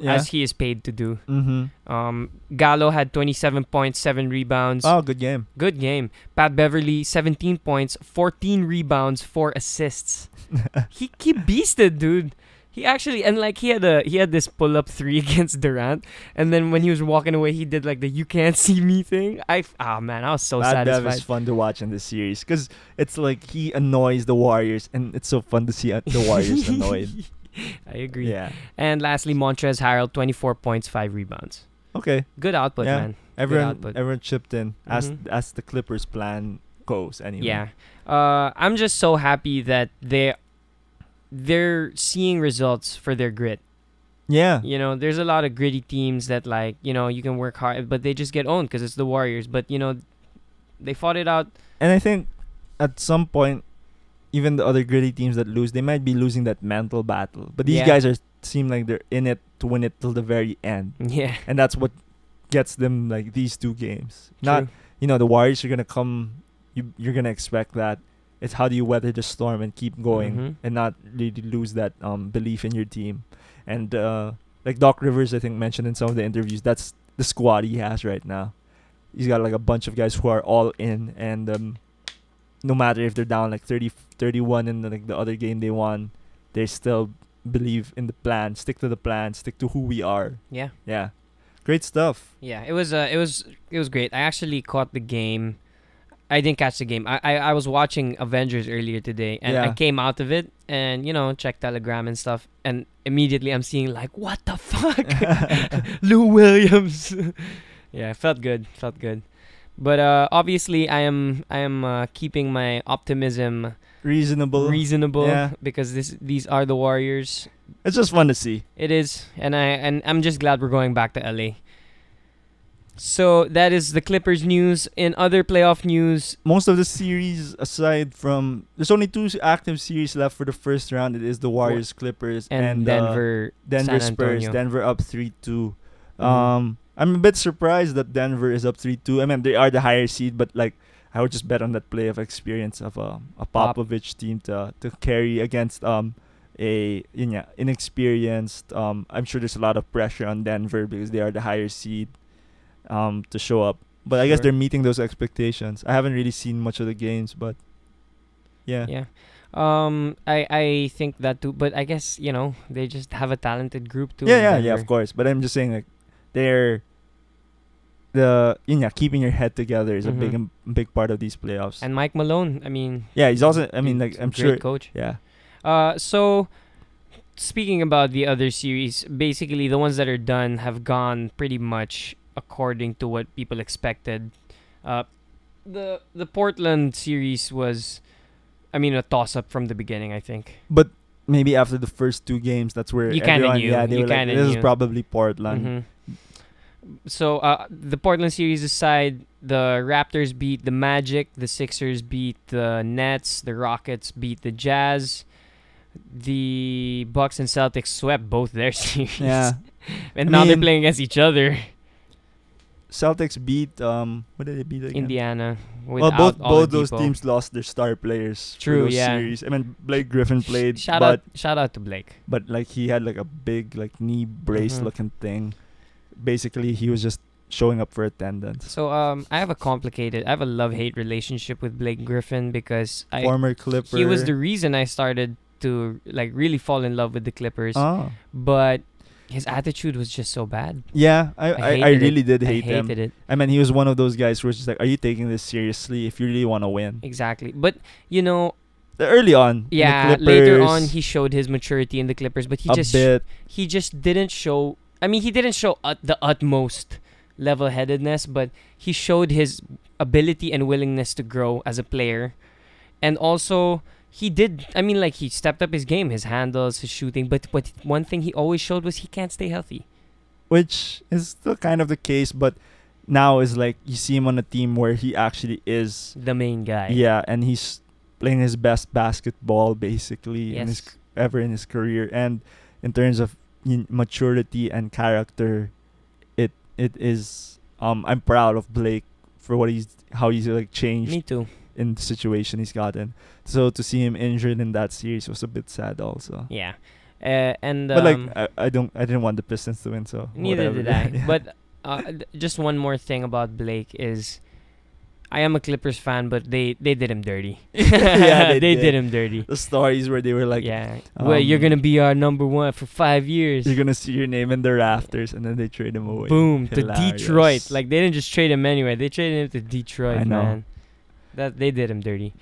Yeah.
as he is paid to do.
Mm-hmm.
Um, Gallo had 27 points, 7 rebounds.
Oh, good game.
Good game. Pat Beverly, 17 points, 14 rebounds, 4 assists. he he beasted, dude. He actually and like he had a he had this pull up three against Durant, and then when he was walking away, he did like the "you can't see me" thing. I ah man, I was so
Pat Bev
satisfied.
is fun to watch in this series because it's like he annoys the Warriors, and it's so fun to see uh, the Warriors annoyed.
I agree.
Yeah.
And lastly, Montrez Harrell, 24 points, five rebounds.
Okay.
Good output,
Yeah.
man.
Everyone,
output.
everyone chipped in as
Mhm.
as the Clippers' plan goes. Anyway.
Yeah. Uh, I'm just so happy that they they're seeing results for their grit.
Yeah.
You know, there's a lot of gritty teams that like, you know, you can work hard, but they just get owned because it's the Warriors. But you know, they fought it out.
And I think at some point, even the other gritty teams that lose, they might be losing that mental battle. But these
Yeah.
guys are seem like they're in it to win it till the very end,
Yeah,
and that's what gets them like these two games. Not
true.
you know the Warriors are gonna come. You you're gonna expect that. It's how do you weather the storm and keep going
Mhm.
and not really lose that um, belief in your team. And uh, like Doc Rivers, I think mentioned in some of the interviews, that's the squad he has right now. He's got like a bunch of guys who are all in, and um, no matter if they're down like 30, 31 in the, like the other game they won, they still believe in the plan, stick to the plan, stick to who we are.
yeah,
Yeah, great stuff.
yeah. It was, uh, it was, it was great. I actually caught the game. I didn't catch the game. I, I, I was watching Avengers earlier today, and I
Yeah.
came out of it, and you know, check Telegram and stuff, and immediately I'm seeing like, what the fuck, Lou Williams. yeah, felt good, felt good. But uh, obviously, I am, I am uh, keeping my optimism
Reasonable.
reasonable
Yeah.
because this these are the Warriors.
it's just fun to see.
It is, and I and I'm just glad we're going back to LA. So that is the Clippers news. In other playoff news,
most of the series aside from there's only two s- active series left for the first round. It is the Warriors, Clippers,
and,
and, uh,
Denver,
Denver
San
Spurs.
Antonio.
Denver up three two.
Mhm.
Um, I'm a bit surprised that Denver is up three two. I mean, they are the higher seed, but like I would just bet on that playoff experience of um, a
Pop.
Popovich team to uh, to carry against um a yun nga, inexperienced. Um, I'm sure there's a lot of pressure on Denver because they are the higher seed. Um, to show up, but I guess
Sure.
they're meeting those expectations. I haven't really seen much of the games, but yeah,
yeah. Um, I I think that too, but I guess you know they just have a talented group too.
yeah,
in
yeah, yeah,
Denver.
of course. But I'm just saying, like, they're the you know keeping your head together is a big
Mhm.
im- big part of these playoffs.
And Mike Malone, I mean,
yeah, he's also. I mean,
he's
like,
a
I'm
great
sure.
coach.
Yeah,
Uh, so speaking about the other series, basically the ones that are done have gone pretty much according to what people expected. Uh, the the Portland series was, I mean, a toss up from the beginning. I think.
but maybe after the first two games, that's where
You kinda
everyone.
knew,
Yeah, they
you
were like,
kinda
this
knew.
is probably Portland.
Mhm. So uh, the Portland series aside, the Raptors beat the Magic, the Sixers beat the Nets, the Rockets beat the Jazz. The Bucks and Celtics swept both their series.
Yeah,
And
I
now they're
mean-
playing against each other.
Celtics beat um. What did they beat again?
Indiana.
Well,
Without
both both
Oladipo.
those teams lost their star players. for
True,
those
yeah.
Series. I mean, Blake Griffin played,
Shout out!
but
Shout out to Blake.
but like he had like a big like knee brace
Mhm.
looking thing. Basically, he was just showing up for attendance.
So um, I have a complicated, I have a love hate relationship with Blake Griffin because I
Former Clipper.
he was the reason I started to like really fall in love with the Clippers,
Oh.
but his attitude was just so bad.
Yeah, I, I, I,
hated it.
really did hate
I
him.
hated it
I mean, he was one of those guys who was just like, "Are you taking this seriously? If you really want to win."
exactly, but you know,
The- Early on, in the
yeah, later on
Clippers,
he showed his maturity in the Clippers, but he
a
just
bit.
he just didn't show i mean he didn't show ut- the utmost level-headedness but he showed his ability and willingness to grow as a player and also he did i mean like he stepped up his game his handles his shooting but but one thing he always showed was he can't stay healthy
which is still kind of the case, but now is like you see him on a team where he actually is,
the main guy
yeah, and he's playing his best basketball basically in his
Yes.
c- ever in his career, and in terms of y- maturity and character, it it is. Um, I'm proud of Blake for what he's how he's like changed
me too
in the situation he's gotten. So to see him injured in that series was a bit sad, also.
yeah Uh, and um,
but like I, I don't I didn't want the Pistons to win, so
neither
whatever.
did I.
Yeah.
But uh, th- just one more thing about Blake is, I am a Clippers fan, but they they did him dirty.
Yeah, they
did.
did.
him dirty.
the stories where they were like,
yeah, well, you're
um,
gonna be our number one for five years.
you're gonna see your name in the rafters, and then they trade him away.
Boom to Detroit.
Hilarious.
Like they didn't just trade him anywhere. They traded him to Detroit,
I know.
man. That they did him dirty.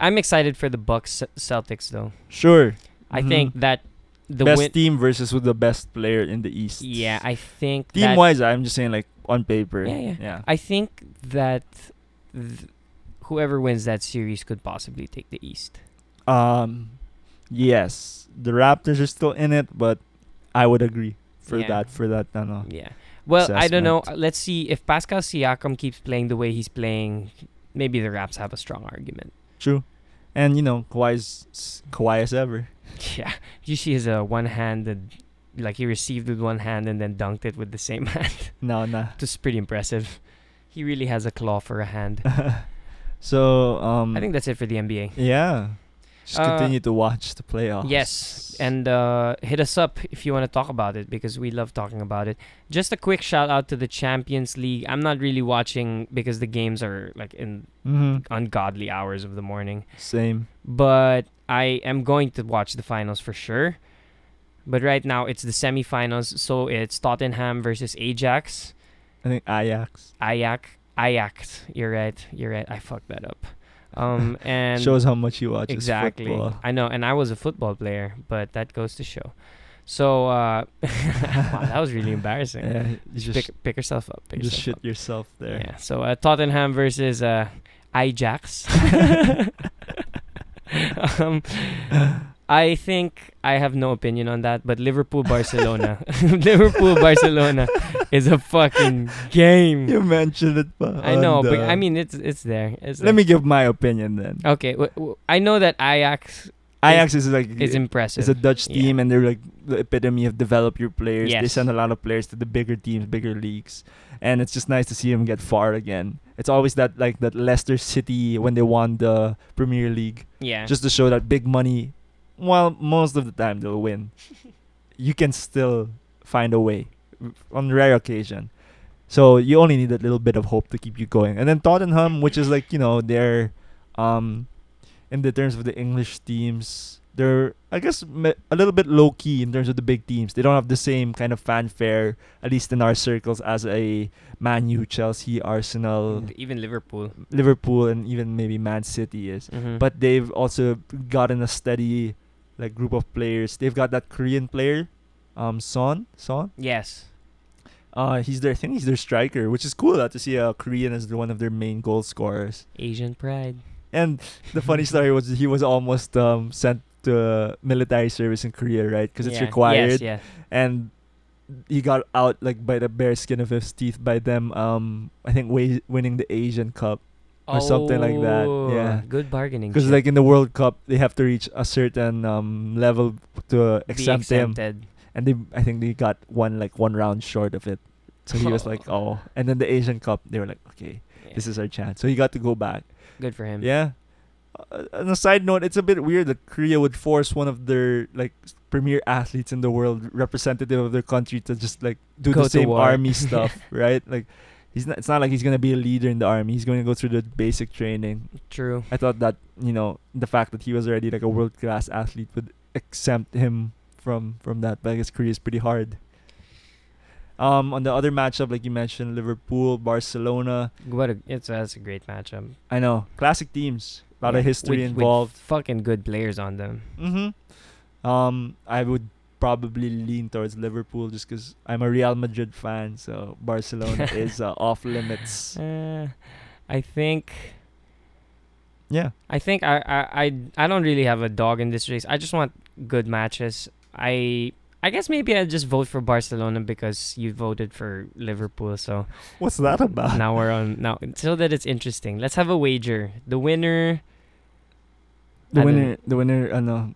I'm excited for the Bucks Celtics though.
sure,
I
Mhm.
think that the
best
win.
team versus with the best player in the East.
Yeah, I think
team
that-
wise, I'm just saying like on paper.
Yeah, yeah.
yeah.
I think that th- whoever wins that series could possibly take the East.
Um, yes, the Raptors are still in it, but I would agree for
Yeah.
that. For that, no, no.
Yeah. Well, I don't know. Uh, Let's see if Pascal Siakam keeps playing the way he's playing. Maybe the Raps have a strong argument.
True, and you know Kawhi's s- Kawhi as ever.
Yeah. You see, his uh, one-handed, like he received with one hand and then dunked it with the same hand.
No, nah.
It's pretty impressive. He really has a claw for a hand.
so um,
I think that's it for the NBA.
yeah. Just
Uh,
continue to watch the playoffs.
Yes, and uh, hit us up if you want to talk about it because we love talking about it. Just a quick shout out to the Champions League. I'm not really watching because the games are like in
Mhm.
ungodly hours of the morning,
same.
but I am going to watch the finals for sure. But right now it's the semifinals, so it's Tottenham versus Ajax.
I think Ajax
Ajax, Ajax. You're right. You're right. I fucked that up. Um, and
shows how much you watch
exactly
football.
i know and i was a football player but that goes to show so uh wow, that was really embarrassing
Yeah, you just
pick, pick yourself up pick
just
yourself
shit
up.
yourself there.
yeah so uh, tottenham versus uh ajax um I think I have no opinion on that, but Liverpool Barcelona, Liverpool Barcelona is a fucking game.
You mentioned it, but
I know, but I mean it's it's there. It's Oh,
let
there.
me give my opinion then.
Okay, w- w- I know that Ajax
Ajax is like
is impressive.
it's a Dutch
yeah.
team, and they're like the epitome of develop your players. They
Yes.
send a lot of players to the bigger teams, bigger leagues, and it's just nice to see them get far again. It's always that like that Leicester City when they won the Premier League,
Yeah.
just to show that big money. Well, most of the time they'll win. you can still find a way, on rare occasion. So you only need that little bit of hope to keep you going. And then Tottenham, which is like you know they're, um, in the terms of the English teams, they're I guess me- a little bit low key in terms of the big teams. They don't have the same kind of fanfare, at least in our circles, as a Man U, Chelsea, Arsenal,
even Liverpool.
Liverpool, and even maybe Man City is
Mhm.
but they've also gotten a steady like group of players. They've got that Korean player, um, Son. Son.
yes,
Uh, he's their I think he's their striker, which is cool uh, to see a Korean as the- one of their main goal scorers.
Asian pride.
And the funny story was he was almost um sent to military service in Korea, right? Because it's
Yeah.
required
Yes, yeah.
and he got out like by the bare skin of his teeth by them um i think wa- winning the asian cup Or something like that,
Oh,
yeah.
Good bargaining.
because
chip.
like in the world cup they have to reach a certain um level to
Be
exempt them
exempted.
and they I think they got one like one round short of it. So he was like, oh, and then the Asian Cup, they were like, okay,
Yeah.
this is our chance. So he got to go back.
good for him.
Yeah. Uh, on a side note, it's a bit weird that Korea would force one of their like s- premier athletes in the world, representative of their country, to just like do
Go
the
to
same
war.
army stuff, right? Like, he's not. It's not like he's gonna be a leader in the army. He's gonna go through the basic training.
True.
I thought that you know the fact that he was already like a world class athlete would exempt him from from that. But I guess Korea is pretty hard. Um, on the other matchup, like you mentioned, Liverpool, Barcelona.
What a it's that's a great matchup.
I know classic teams, a lot
Yeah,
of history
with- with
involved.
fucking good players on them.
Mm-hmm. Um, I would probably lean towards Liverpool just because I'm a Real Madrid fan, so Barcelona is uh, off limits.
Uh, I think.
Yeah,
I think I, I I I don't really have a dog in this race. I just want good matches. I. I guess maybe I just vote for Barcelona because you voted for Liverpool, so
what's that about?
now we're on now so that it's interesting. Let's have a wager. The winner
The
I don't-
winner, the winner, uh, no,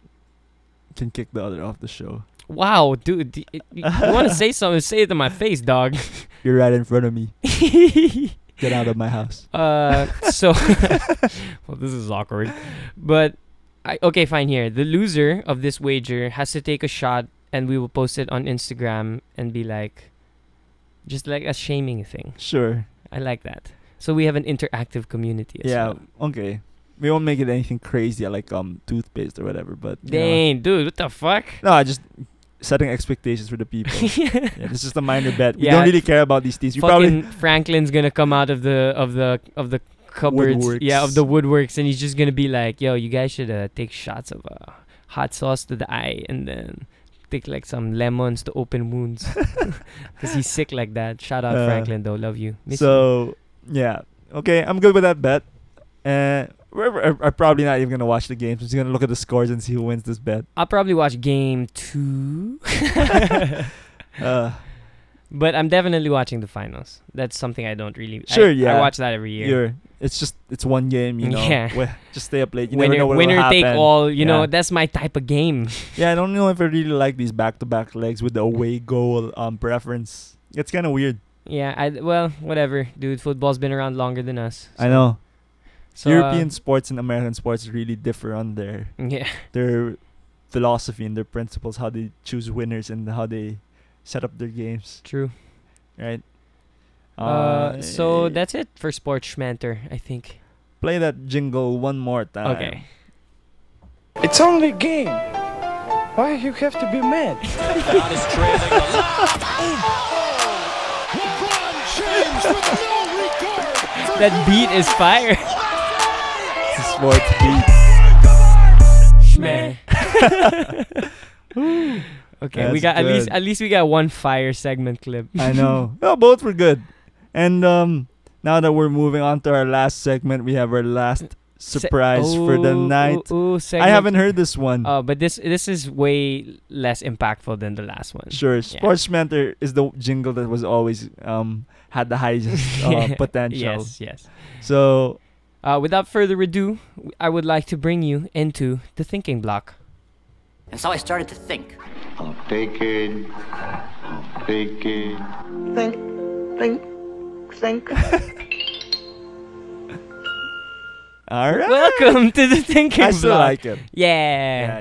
can kick the other off the show.
Wow, dude, d- y- y- you want to say something? Say it to my face, dog.
You're right in front of me. Get out of my house.
uh, so, well, this is awkward, but I, okay, fine. Here, the loser of this wager has to take a shot, and we will post it on Instagram and be like, just like a shaming thing.
Sure.
I like that. So we have an interactive community. As
yeah.
Well.
Okay. We won't make it anything crazy like um toothpaste or whatever, but you know.
Dang, dude, what the fuck?
no, I just setting expectations for the people. yeah, it's just a minor bet. We
Yeah,
don't really care about these things. We probably
Fucking Franklin's gonna come out of the of the of the cupboards. Yeah, of the woodworks, and he's just gonna be like, "Yo, you guys should uh, take shots of uh, hot sauce to the eye, and then take like some lemons to open wounds, because he's sick like that." Shout out
Uh,
Franklin, though. Love you. Miss you.
so yeah. Okay, I'm good with that bet. Uh, we're, we're, we're probably not even gonna watch the games. We're just gonna look at the scores and see who wins this bet.
I'll probably watch game two,
Uh,
but I'm definitely watching the finals. That's something I don't really. I-
Sure, yeah.
I watch that every year.
you're it's just it's one game, you know.
Yeah.
Weh, just stay up late. You never
winner,
know what
winner
will
take
happen.
all. You know,
Yeah.
that's my type of game.
Yeah, I don't know if I really like these back-to-back legs with the away goal um preference. It's kind of weird.
Yeah, I well, whatever, dude. Football's been around longer than us.
I know.
So, uh,
European sports and American sports really differ on their
yeah,
their philosophy and their principles, how they choose winners and how they set up their games,
true.
right?
Uh, so that's it for Sports Schmanter, I think.
play that jingle one more time.
Okay.
It's only a game. Why you have to be mad?
Down is trailing the
LeBron James with no regard for
That beat is fire.
It's a sports beat.
Schmeh. okay, we
That's
got at least
good.
at least we got one fire segment clip.
I know. No, both were good. And um, now that we're moving on to our last segment, we have our last
Se-
surprise for the
Ooh,
night.
Ooh, ooh,
I
segment-
haven't heard this one.
Uh, but this this is way less impactful than the last one.
Sure, Sports Mentor is the jingle that was always um had the highest uh, potential.
Yes, yes.
So
Uh, without further ado, w- I would like to bring you into the thinking block.
And so I started to think.
I'm thinking, I'm thinking.
think, think, think.
all right,
Welcome to the thinking
I still
block.
like it. Yeah,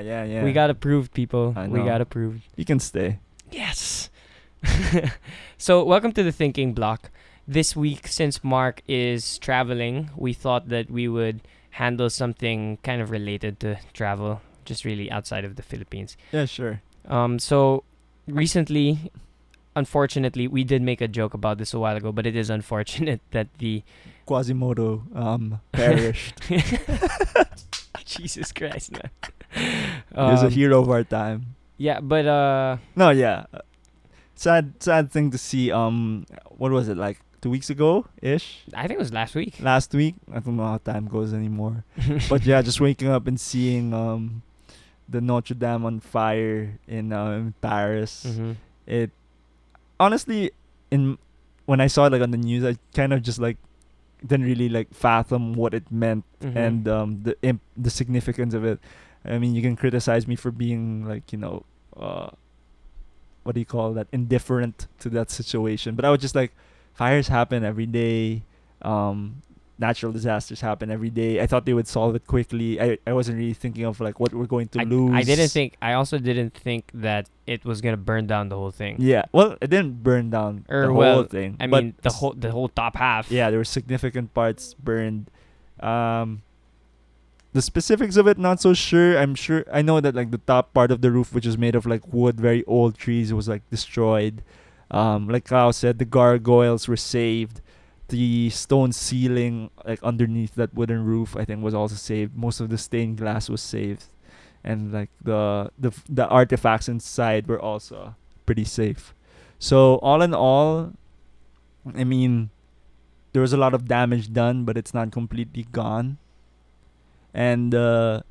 Yeah.
yeah, yeah.
We got approved, people.
I
We
know.
got approved.
You can stay.
Yes. so, welcome to the thinking block. This week, since Mark is traveling, we thought that we would handle something kind of related to travel, just really outside of the Philippines.
Yeah, sure.
Um, so recently, unfortunately, we did make a joke about this a while ago, but it is unfortunate that the
Quasimodo um perished.
Jesus Christ, man.
He was a
Um,
hero of our time.
Yeah, but uh,
No, yeah. uh, Sad, sad thing to see. Um, what was it like two weeks ago ish?
I think it was last week.
Last week. I don't know how time goes anymore. but yeah, just waking up and seeing um the Notre Dame on fire in um, Paris.
Mhm.
it honestly in when I saw it like on the news, I kind of just like didn't really like fathom what it meant
Mhm.
and um, the imp- the significance of it. I mean, you can criticize me for being like you know, uh, what do you call that? Indifferent to that situation, but I was just like, fires happen every day. Um, natural disasters happen every day. I thought they would solve it quickly. I, I wasn't really thinking of like what we're going
I,
to lose.
I didn't think. I also didn't think that it was gonna burn down the whole thing.
Yeah, well, it didn't burn down
Or,
the
well,
whole thing.
I
but
mean, the whole the whole top half.
yeah, there were significant parts burned. Um, the specifics of it, not so sure. I'm sure I know that like the top part of the roof, which is made of like wood, very old trees, was like destroyed. Um, like Kao said, the gargoyles were saved. The stone ceiling, like underneath that wooden roof, I think was also saved. Most of the stained glass was saved, and like the the f- the artifacts inside were also pretty safe. So all in all, I mean, there was a lot of damage done, but it's not completely gone. And uh,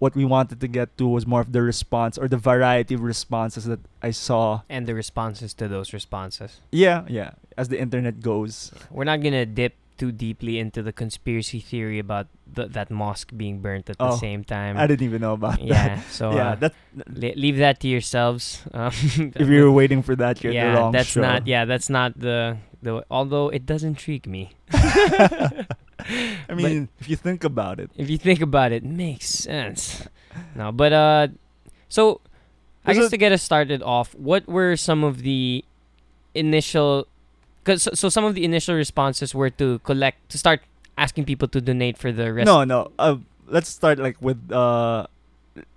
what we wanted to get to was more of the response or the variety of responses that I saw.
And the responses to those responses.
Yeah, yeah. As the internet goes,
We're not gonna dip too deeply into the conspiracy theory about the, that mosque being burnt at
Oh,
the same time.
I didn't even know about that.
yeah. So
yeah,
uh,
that
le- leave that to yourselves. Um,
if you were waiting for that, you're in
yeah,
the wrong
that's
show.
not. Yeah, that's not the the. Although it does intrigue me.
I mean, if you think about it,
If you think about it, makes sense. No, but uh, so I
Is
guess to
it-
get us started off, what were some of the initial? Cause so, so some of the initial responses were to collect to start asking people to donate for the rest.
No, no. Uh, let's start like with uh,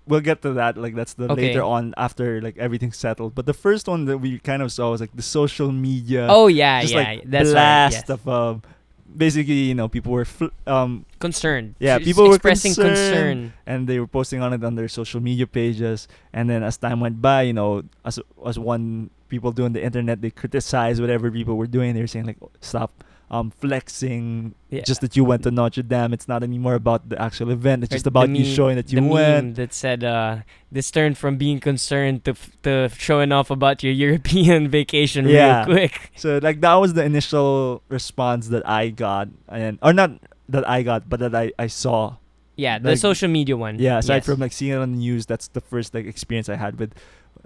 we'll get to that. Like that's the
Okay.
later on after like everything's settled. But the first one that we kind of saw was like the social media.
Oh yeah,
just
yeah.
like
that's
blast
right, yeah.
of um, basically you know people were fl- um
concerned.
yeah,
Just
people were
expressing
concerned.
concern.
and they were posting on it on their social media pages. And then as time went by, you know, as as one people do on the internet, they criticized whatever people were doing. They were saying like, "Oh, stop um flexing.
Yeah.
Just that you went to Notre Dame. It's not anymore about the actual event. It's
Or
just
the
about you
meme-
showing that you
the
went.
meme that said uh, this turned from being concerned to f- to showing off about your European vacation
Yeah.
real quick.
So like that was the initial response that I got, and or not that I got, but that I I saw.
Yeah, the
Like-
social media one.
Yeah, aside
Yes.
from like seeing it on the news, that's the first like experience I had with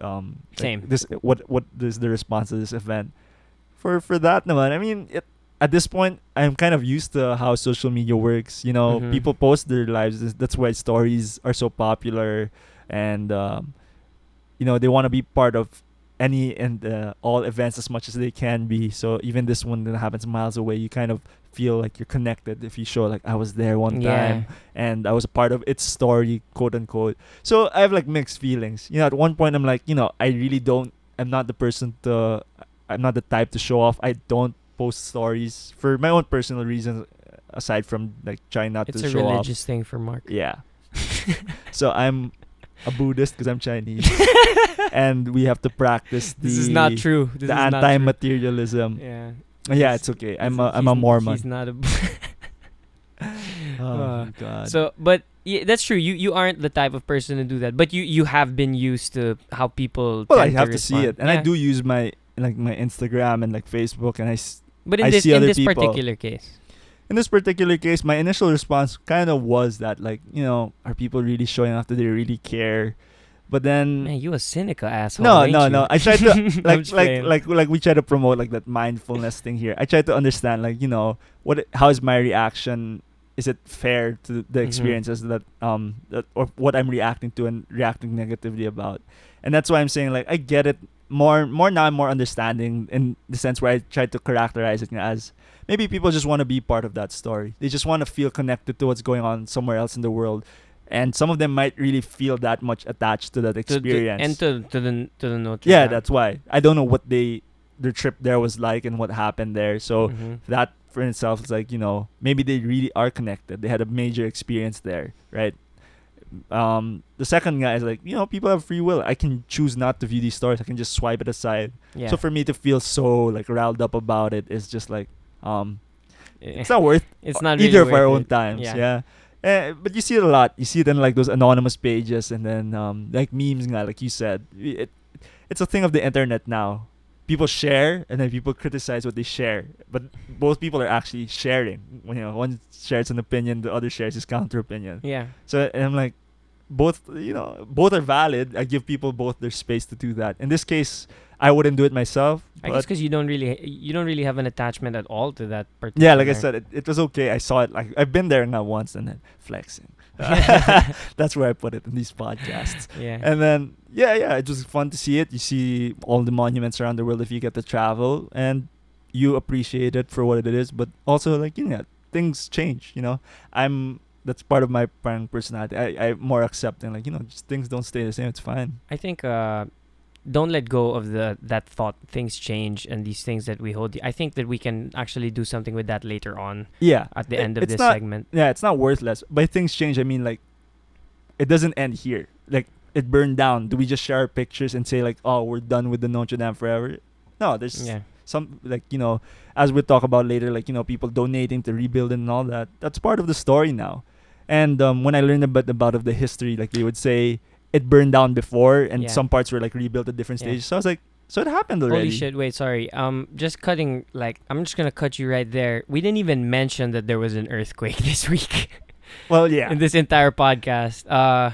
um like,
Same.
this what what is the response to this event. For for that naman, I mean it, at this point I'm kind of used to how social media works. You know,
Mhm.
people post their lives. That's- That's why stories are so popular and um you know, they want to be part of any and uh, all events as much as they can be. So even this one that happens miles away, you kind of feel like you're connected if you show like I was there one
Yeah.
time and I was a part of its story, quote unquote. So I have like mixed feelings. You know, at one point I'm like, you know, I really don't. I'm not the person to. I'm not the type to show off. I don't post stories for my own personal reasons, aside from like trying not
It's
to
a
show off.
religious thing for Mark.
Yeah. so I'm a Buddhist because I'm Chinese, and we have to practice the.
This is not true. This is
the
not true.
anti-materialism.
Yeah.
Yeah,
He's-
it's okay.
he's
I'm
a-
a I'm
he's
a
n-
Mormon.
He's not a.
Oh
Uh,
my God.
so, but yeah, that's true. You you aren't the type of person to do that. But you you have been used to how people.
well, I
tend
have to
respond.
see it, and I
Yeah.
do use my like my Instagram and like Facebook, and I s-
But in
I
this
see
in
other
this
people.
particular case,
in this particular case, my initial response kind of was that like you know are people really showing off? Do they really care? But then
man, you a cynical asshole.
Mm. no
ain't
no
you?
no, I tried
I'm
to like
just
like
playing.
like like we try to promote like that mindfulness thing here. I tried to understand like you know what how is my reaction? Is it fair to the
Mm-hmm.
experiences that um that, or what I'm reacting to and reacting negatively about? And that's why I'm saying like I get it more more now. I'm more understanding in the sense where I try to characterize it as maybe people just want to be part of that story. They just want to feel connected to what's going on somewhere else in the world. And some of them might really feel that much attached to that
To the-
experience.
and to to the to the Notre
yeah,
Dame.
that's why. I don't know what they their trip there was like and what happened there. So
Mhm.
that for itself is like, you know, maybe they really are connected. They had a major experience there, right? Um, the second guy is like, you know, people have free will. I can choose not to view these stories. I can just swipe it aside.
yeah.
So for me to feel so like riled up about it is just like, um,
Eh,
it's not worth
it's
uh,
not
either
really
of our
worth
own
it.
times.
Yeah.
Yeah. Eh, but you see it a lot. You see it in like those anonymous pages and then um, like memes, nga, like you said. It, it's a thing of the internet now. People share and then people criticize what they share. But both people are actually sharing. When, you know, one shares an opinion, the other shares his counter opinion.
Yeah.
So and I'm like, both you know, both are valid. I give people both their space to do that. In this case, I wouldn't do it myself.
I
but-
guess because you don't really you don't really have an attachment at all to that particular.
Yeah, like I said, it, it was okay. I saw it. Like I've been there now once, and then flexing. That's where I put it in these podcasts.
Yeah.
And then yeah, yeah, it was fun to see it. You see all the monuments around the world if you get to travel, and you appreciate it for what it is. But also like you know, things change. You know, I'm. That's part of my parang personality. I, I'm more accepting. Like you know, just things don't stay the same. It's fine.
I think uh, don't let go of the that thought things change and these things that we hold. I think that we can actually do something with that later on
Yeah.
at the
It-
end of
it's
this
not-
segment.
yeah, it's not worthless. By things change, I mean like it doesn't end here. Like it burned down. Do we just share our pictures and say like, oh, we're done with the Notre Dame forever? No, there's
Yeah.
some like you know, as we'll talk about later, like you know, people donating to rebuild and all that. That's part of the story now. And um, when I learned about about of the history, like they would say it burned down before, and
Yeah.
some parts were like rebuilt at different
Yeah.
stages. So I was like, so it happened already.
Holy shit! Wait, sorry. Um, just cutting. Like, I'm just gonna cut you right there. We didn't even mention that there was an earthquake this week
Well, yeah.
in this entire podcast. Uh,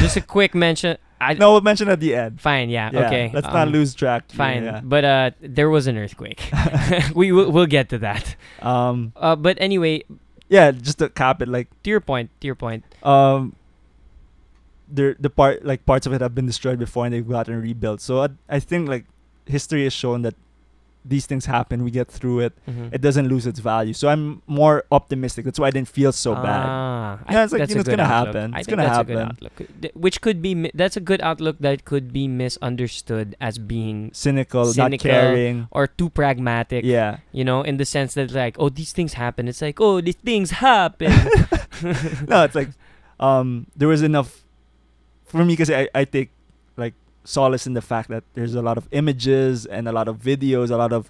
just a quick mention. I
no, we'll mention at the end.
fine. Yeah.
Yeah,
okay.
Let's not
um,
lose track. here,
Fine,
yeah.
but uh, there was an earthquake. we will we'll get to that.
Um.
Uh, but anyway,
yeah, just to cap it, like
to your point, to your point,
um, there the part like parts of it have been destroyed before and they've gotten rebuilt. So I, I think like history has shown that these things happen. We get through it.
Mhm.
It doesn't lose its value. So I'm more optimistic. That's why I didn't feel so bad.
Ah, I
Yeah,
think
it's like,
that's
you know,
a
it's
good
gonna
outlook. I
happen. It's
think
gonna
that's a good
happen.
outlook. Th- Which could be mi- that's a good outlook that could be misunderstood as being
Cynical, not
Cynical.
caring.
or too pragmatic.
Yeah.
You know, in the sense that like, oh, these things happen. It's like, oh, these things happen.
no, it's like um there was enough for me because I, I take like solace in the fact that there's a lot of images and a lot of videos, a lot of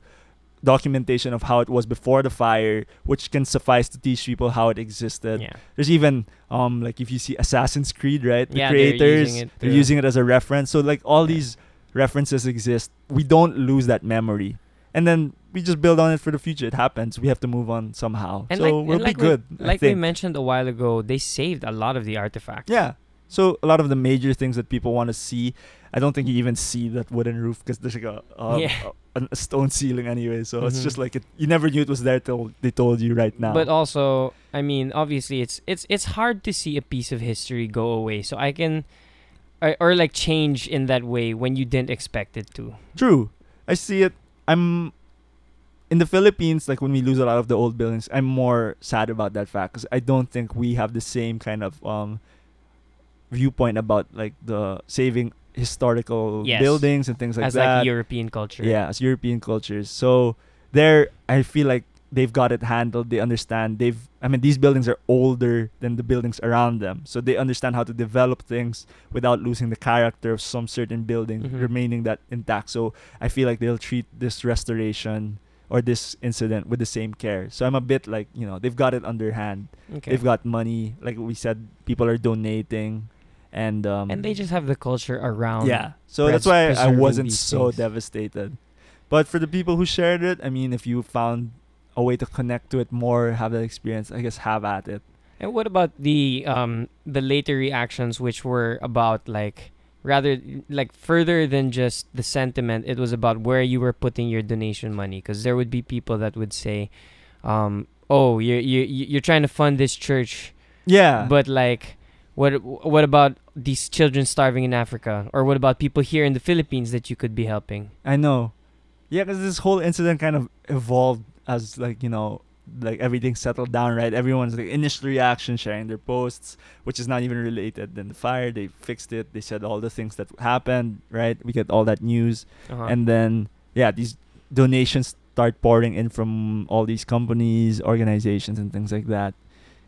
documentation of how it was before the fire, which can suffice to teach people how it existed.
yeah.
There's even um like if you see Assassin's Creed, right? The
Yeah, they're using
creators
it
they're
to-
using it as a reference. So like all
Yeah.
these references exist. We don't lose that memory. And then we just build on it for the future. It happens. We have to move on somehow.
And
so
like,
we'll
and
be
like
good.
We,
I
like we
think.
mentioned a while ago, they saved a lot of the artifacts.
Yeah. So a lot of the major things that people want to see, I don't think you even see that wooden roof because there's like a, a,
Yeah.
a, a stone ceiling anyway. So it's
Mhm.
just like it, you never knew it was there till they told you right now.
But also, I mean, obviously, it's it's it's hard to see a piece of history go away. So I can, or, or like change in that way when you didn't expect it to.
True. I see it. I'm in the Philippines. Like when we lose a lot of the old buildings, I'm more sad about that fact because I don't think we have the same kind of um viewpoint about like the saving historical
Yes.
buildings and things like
as
that.
like European culture.
Yeah, as European cultures. So there, I feel like they've got it handled. They understand. They've. I mean, these buildings are older than the buildings around them, so they understand how to develop things without losing the character of some certain building,
Mhm.
remaining that intact. So I feel like they'll treat this restoration or this incident with the same care. So I'm a bit like you know they've got it under hand.
Okay.
They've got money, like we said, people are donating, and um,
and they just have the culture around.
yeah. So
pres-
that's why I
preserving
wasn't
these
so
things.
devastated. But for the people who shared it, I mean, if you found a way to connect to it more, have that experience, I guess have at it.
And what about the um the later reactions, which were about like rather like further than just the sentiment, it was about where you were putting your donation money, because there would be people that would say, um, oh, you you you're trying to fund this church,
Yeah.
but like. What what about these children starving in Africa, or what about people here in the Philippines that you could be helping?
I know. Yeah, because this whole incident kind of evolved as like you know, like everything settled down, right? Everyone's like initial reaction, sharing their posts, which is not even related. Then the fire, they fixed it. They said all the things that happened, right? We get all that news.
Uh-huh.
and then yeah these donations start pouring in from all these companies organizations and things like that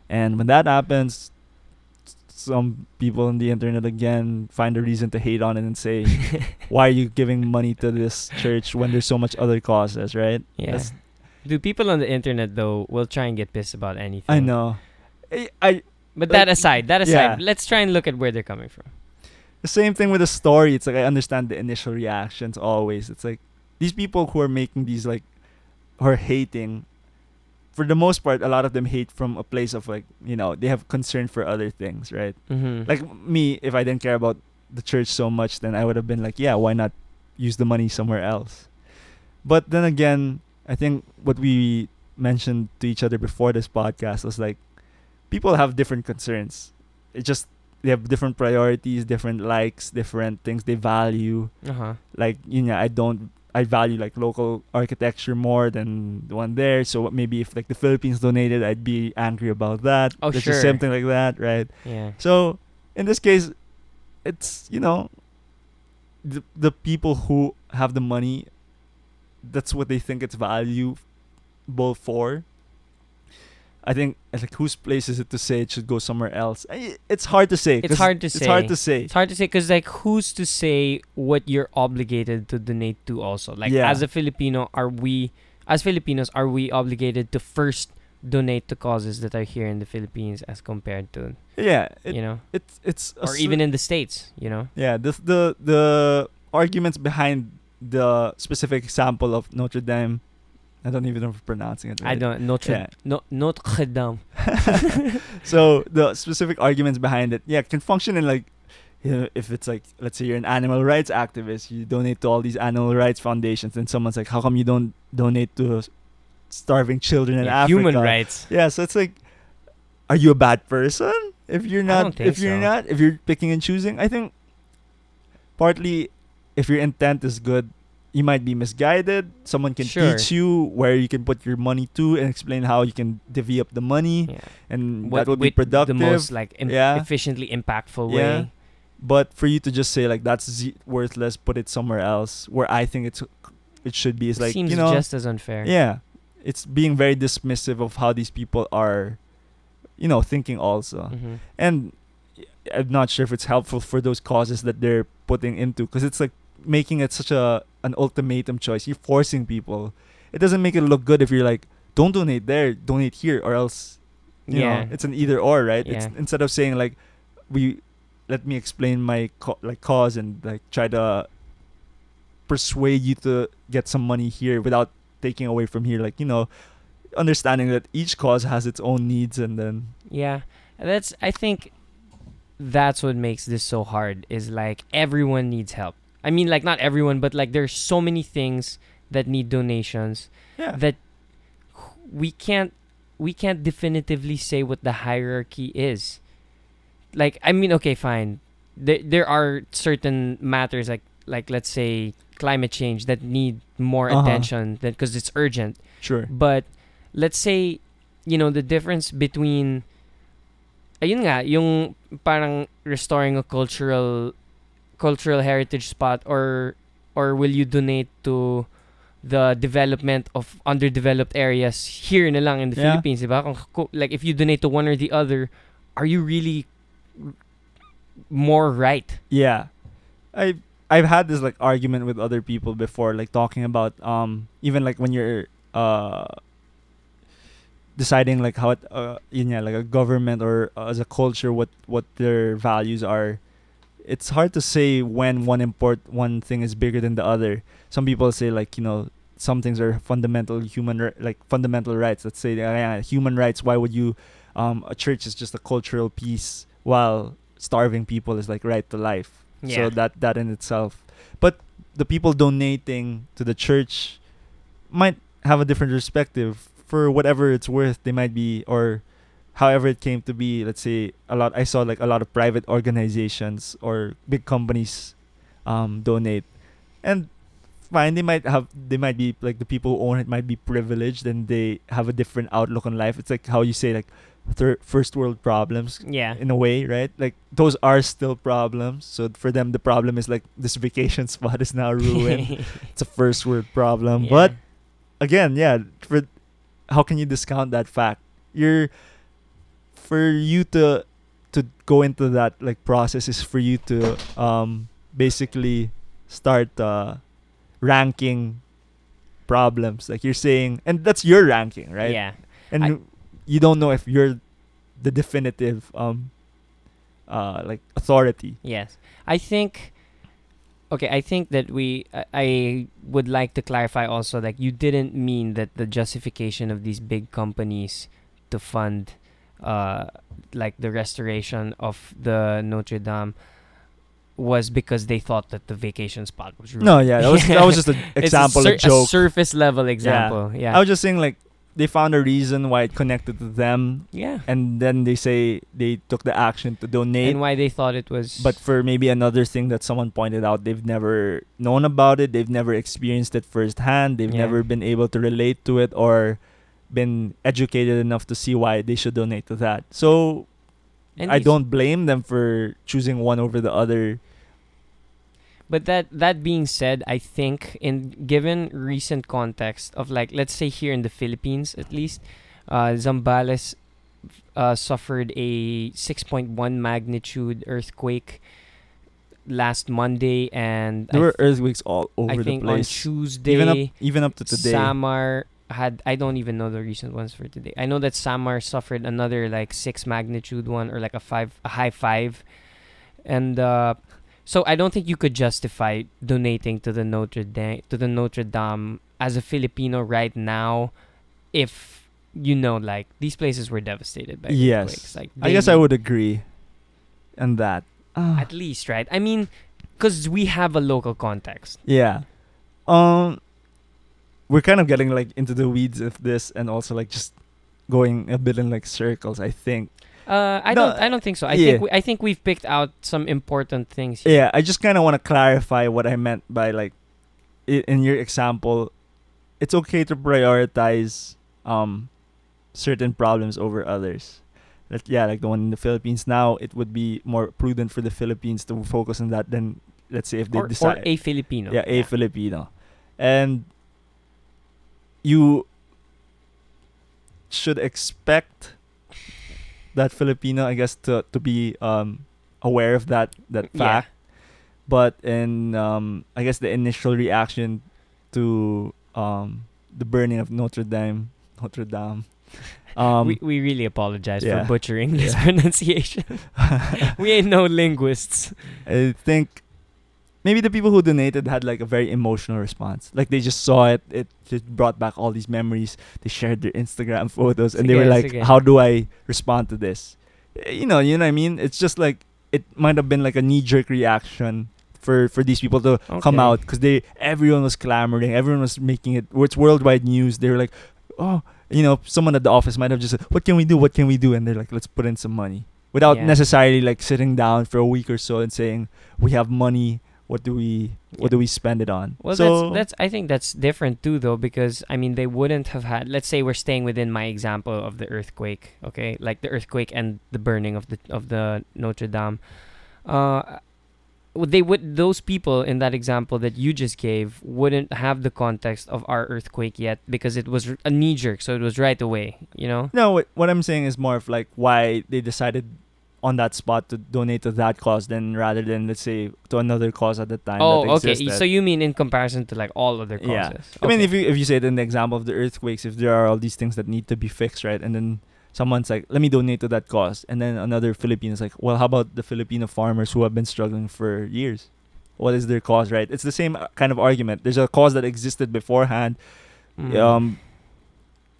and when that happens s- some people on the internet again find a reason to hate on it and say why are you giving money to this church when there's so much other causes right
yeah,
That's-
do people on the internet though will try and get pissed about anything?
i know I, I
But
Like,
that aside, that aside,
yeah.
let's try and look at where they're coming from.
the same thing with the story it's like i understand the initial reactions always it's like these people who are making these like who are hating for the most part a lot of them hate from a place of like you know they have concern for other things right
Mm-hmm.
like me if i didn't care about the church so much then i would have been like yeah why not use the money somewhere else but then again i think what we mentioned to each other before this podcast was like people have different concerns it just they have different priorities different likes different things they value
uh huh.
like you know i don't i value like local architecture more than the one there so maybe if like the philippines donated i'd be angry about that
Oh,
There's
sure.
just something like that right
Yeah.
so in this case, it's you know, the the people who have the money, that's what they think it's valuable for. I think it's like whose place is it to say it should go somewhere else? I- It's hard to say.
It's
'cause
hard to
It's hard
say.
to say.
It's hard to say because like who's to say what you're obligated to donate to? Also, like
Yeah.
as a Filipino, are we as Filipinos are we obligated to first donate to causes that are here in the Philippines as compared to
Yeah, it,
you know,
it's it's a
or
sl-
even in the states, you know?
yeah the the the arguments behind the specific example of Notre Dame. I don't even know if I'm pronouncing it. Right.
I don't Notre
Yeah.
no Notre Dame.
so the specific arguments behind it, yeah, can function in like, you know, if it's like, let's say you're an animal rights activist, you donate to all these animal rights foundations, and someone's like, how come you don't donate to s- starving children in
Yeah,
Africa?
human rights.
Yeah, so it's like, are you a bad person? if you're
don't
not
think
if you're
so.
not if you're picking and choosing i think partly if your intent is good you might be misguided someone can
Sure.
teach you where you can put your money to and explain how you can divvy up the money
Yeah.
and
What
that will
with
be productive
The most like im-
Yeah.
efficiently impactful
Yeah.
way.
but for you to just say like that's z- worthless put it somewhere else where i think it's it should be is like
seems
you know
just as unfair.
yeah it's being very dismissive of how these people are you know thinking also
Mhm.
and I'm not sure if it's helpful for those causes that they're putting into because it's like making it such a an ultimatum choice. You're forcing people. It doesn't make it look good if you're like, don't donate there, donate here, or else, you
Yeah.
know, it's an either or, right? It's,
Yeah.
instead of saying like, we let me explain my co- like cause and like try to persuade you to get some money here without taking away from here, like you know, understanding that each cause has its own needs and then
Yeah, that's. I think that's what makes this so hard. Is like everyone needs help. I mean, like not everyone, but like there's so many things that need donations
yeah,
that we can't we can't definitively say what the hierarchy is. Like, I mean, okay, fine. There there are certain matters like like let's say climate change that need more
Uh-huh.
attention that because it's urgent
sure,
but let's say you know the difference between ayun nga yung parang restoring a cultural cultural heritage spot or or will you donate to the development of underdeveloped areas here na lang in the
Yeah.
Philippines, diba? Kung- kung- like if you donate to one or the other, are you really more right?
Yeah. I I've had this like argument with other people before, like talking about um even like when you're uh deciding like how it, uh yun nga, like a government or uh, as a culture what what their values are. It's hard to say when one import one thing is bigger than the other. Some people say like you know some things are fundamental human ri- like fundamental rights. Let's say uh, human rights. Why would you um a church is just a cultural piece while starving people is like right to life
Yeah.
so that that in itself but the people donating to the church might have a different perspective for whatever it's worth they might be or however it came to be let's say a lot i saw like a lot of private organizations or big companies um donate and fine they might have they might be like the people who own it might be privileged and they have a different outlook on life it's like how you say like thir- first world problems
Yeah.
in a way right like those are still problems so for them the problem is like this vacation spot is now ruined it's a first world problem
Yeah.
Um, but again yeah for how can you discount that fact you're for you to to go into that like process is for you to um basically start uh ranking problems like you're saying and that's your ranking right
Yeah.
and
I-
you don't know if you're the definitive um uh like authority
Yes. I think okay, I think that we I, I would like to clarify also like you didn't mean that the justification of these big companies to fund uh like the restoration of the Notre Dame was because they thought that the vacation spot was ruined.
no yeah that was that was just an
It's
example
a, sur-
a joke
surface level example. Yeah.
i was just saying like they found a reason why it connected to them
yeah.
and then they say they took the action to donate
And why they thought it was
but for maybe another thing that someone pointed out they've never known about it they've never experienced it firsthand they've
Yeah.
never been able to relate to it or been educated enough to see why they should donate to that so
and
i
these-
don't blame them for choosing one over the other
But that that being said, I think in given recent context of like let's say here in the Philippines at least, uh, Zambales uh, suffered a 6.1 magnitude earthquake last Monday, and
there
I,
were earthquakes all over
I
the
think on
place
Tuesday,
even up even up to today
Samar had I don't even know the recent ones for today. I know that Samar suffered another like six magnitude one or like a five a high five. And uh so I don't think you could justify donating to the Notre Dame to the Notre Dame as a Filipino right now if you know like these places were devastated by
yes
earthquakes. Like
i guess
they-
i would agree on that Ah.
at least, right? I mean because we have a local context.
Yeah. Um we're kind of getting like into the weeds of this and also like just going a bit in like circles, I think.
Uh, I
No,
don't. I don't think so. I
yeah.
think we, I think we've picked out some important things. Here.
Yeah, I just kind of want to clarify what I meant by like i- in your example, it's okay to prioritize um certain problems over others. That yeah, like the one in the Philippines now, it would be more prudent for the Philippines to focus on that than let's say if they
Or, or
decide
a Filipino.
yeah, a Filipino. And you should expect that Filipino, I guess, to, to be um, aware of that that
Yeah.
fact. But in um, I guess the initial reaction to um, the burning of Notre Dame, Notre Dame. Um,
we, we really apologize
yeah.
for butchering this pronunciation. we ain't no linguists.
I think maybe the people who donated had like a very emotional response. Like they just saw it, it just brought back all these memories. They shared their Instagram photos and they
Sige,
were like,
sige.
How do I respond to this? Eh, You know, you know what I mean? It's just like it might have been like a knee jerk reaction for for these people to come
Okay.
out because they everyone was clamoring, everyone was making it it's worldwide news. They were like, Oh, you know, someone at the office might have just said, What can we do? What can we do? And they're like, Let's put in some money. Without
Yeah.
necessarily like sitting down for a week or so and saying, we have money what do we what
Yeah.
do we spend it on
Well,
so
that's, that's I think that's different too, though, because I mean they wouldn't have had. Let's say we're staying within my example of the earthquake, okay, like the earthquake and the burning of the of the Notre Dame. Uh, w- they would those people in that example that you just gave wouldn't have the context of our earthquake yet because it was r- a knee jerk, so it was right away, you know.
no what, what i'm saying is more of like why they decided on that spot to donate to that cause than rather than let's say to another cause at the time that
Oh, okay.
existed.
So you mean in comparison to like all other causes?
Yeah.
Okay.
i mean if you if you say it in the example of the earthquakes if there are all these things that need to be fixed right and then someone's like let me donate to that cause and then another Filipino is like well how about the filipino farmers who have been struggling for years what is their cause right it's the same uh, kind of argument there's a cause that existed beforehand
Mm.
um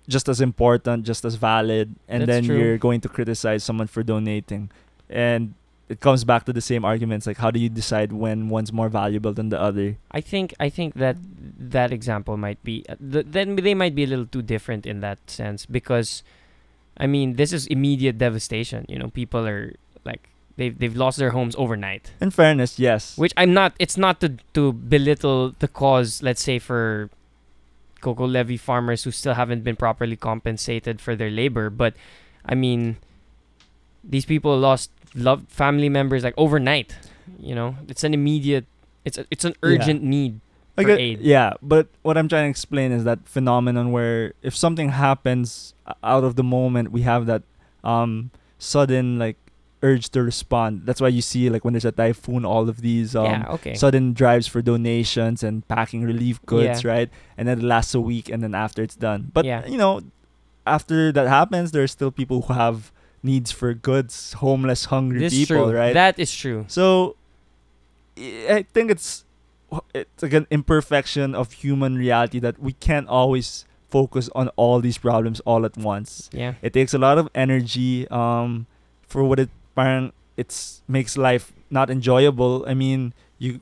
just as important, just as valid, and
That's
then
true.
you're going to criticize someone for donating. And it comes back to the same arguments like how do you decide when one's more valuable than the other?
I think I think that that example might be uh, th- then they might be a little too different in that sense because I mean this is immediate devastation you know people are like they've they've lost their homes overnight
In fairness, yes.
which I'm not it's not to to belittle the cause let's say for cocoa levy farmers who still haven't been properly compensated for their labor but I mean these people lost loved family members like overnight you know it's an immediate it's a, it's an
Yeah.
urgent need
Like
for
uh,
aid.
Yeah, but what I'm trying to explain is that phenomenon where if something happens o- out of the moment, we have that um sudden like urge to respond. That's why you see like when there's a typhoon, all of these um
yeah, okay.
sudden drives for donations and packing relief goods, right? And then it lasts a week, and then after it's done. But
Yeah.
you know, after that happens, there are still people who have needs for goods, homeless, hungry
this is true.
people, right?
That is true.
so I I think it's it's like an imperfection of human reality that we can't always focus on all these problems all at once.
Yeah.
It takes a lot of energy um for what it parang it's makes life not enjoyable. I mean, you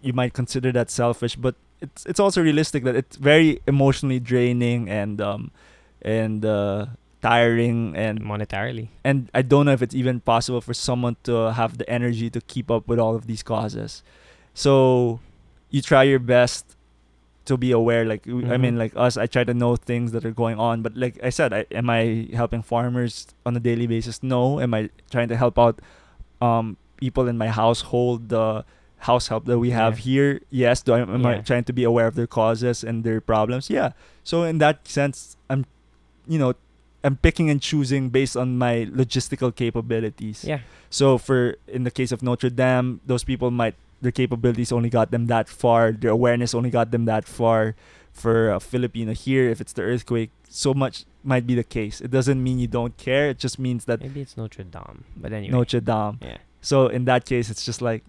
you might consider that selfish, but it's it's also realistic that it's very emotionally draining and um and uh tiring and
Monetarily.
and I don't know if it's even possible for someone to have the energy to keep up with all of these causes. So you try your best to be aware. Like w- I
Mhm.
mean, like us, I try to know things that are going on. But like I said, I, am I helping farmers on a daily basis? No. Am I trying to help out um, people in my household? The house help that we have
Yeah.
here? Yes. Do I am I
Yeah.
trying to be aware of their causes and their problems? Yeah. So in that sense, I'm, you know, I'm picking and choosing based on my logistical capabilities.
Yeah.
So for in the case of Notre Dame, those people might their capabilities only got them that far. Their awareness only got them that far. For a Filipino here, if it's the earthquake, so much might be the case. It doesn't mean you don't care. It just means that
Maybe it's Notre Dame. But anyway.
Notre Dame.
Yeah.
So in that case, it's just like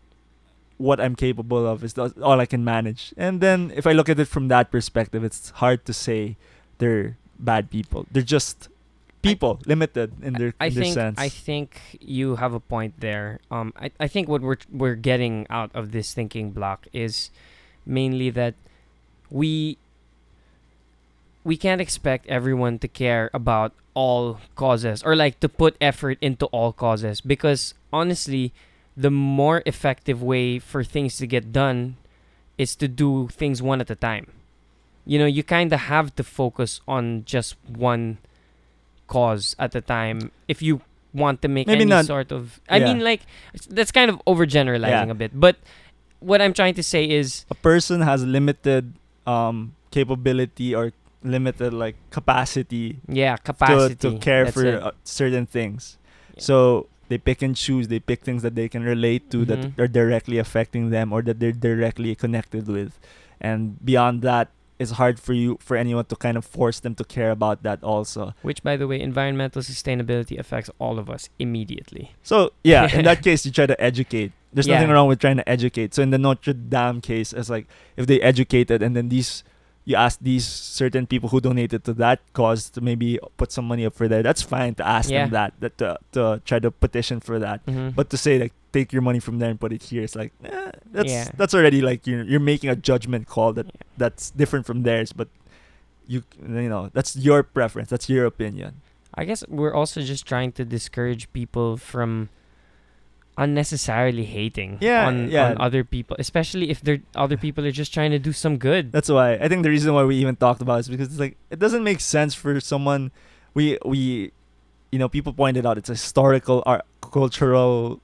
what I'm capable of is the- all I can manage. And then if I look at it from that perspective, it's hard to say they're bad people. They're just people, limited in their,
I
in their
think
sense.
I think you have a point there. Um, I, I think what we're we're getting out of this thinking block is mainly that we we can't expect everyone to care about all causes or like to put effort into all causes because honestly the more effective way for things to get done is to do things one at a time you know you kind of have to focus on just one cause at a time if you want to make
Maybe
any
not-
sort of i
yeah.
mean like it's- that's kind of overgeneralizing a
Yeah.
bit but what i'm trying to say is
a person has limited um capability or limited like capacity
yeah
to,
capacity
to care
That's
for
it.
uh, certain things.
Yeah.
So they pick and choose. They pick things that they can relate to
Mhm.
that are directly affecting them or that they're directly connected with. And beyond that, it's hard for you for anyone to kind of force them to care about that also.
Which, by the way, environmental sustainability affects all of us immediately.
So yeah, in that case, you try to educate. There's nothing
Yeah.
wrong with trying to educate. So in the Notre Dame case, it's like if they educated and then these. You ask these certain people who donated to that cause to maybe put some money up for that. That's fine to ask
Yeah.
them that, that to, to try to petition for that.
Mhm.
But to say like take your money from there and put it here, it's like eh, that's
Yeah.
that's already like you're you're making a judgment call that
Yeah.
that's different from theirs, but you you know that's your preference, that's your opinion.
I guess we're also just trying to discourage people from unnecessarily hating
Yeah,
on,
yeah.
on other people, especially if they're other people are just trying to do some good.
That's why I think the reason why we even talked about it is because it's like it doesn't make sense for someone we we you know people pointed out it's a historical art cultural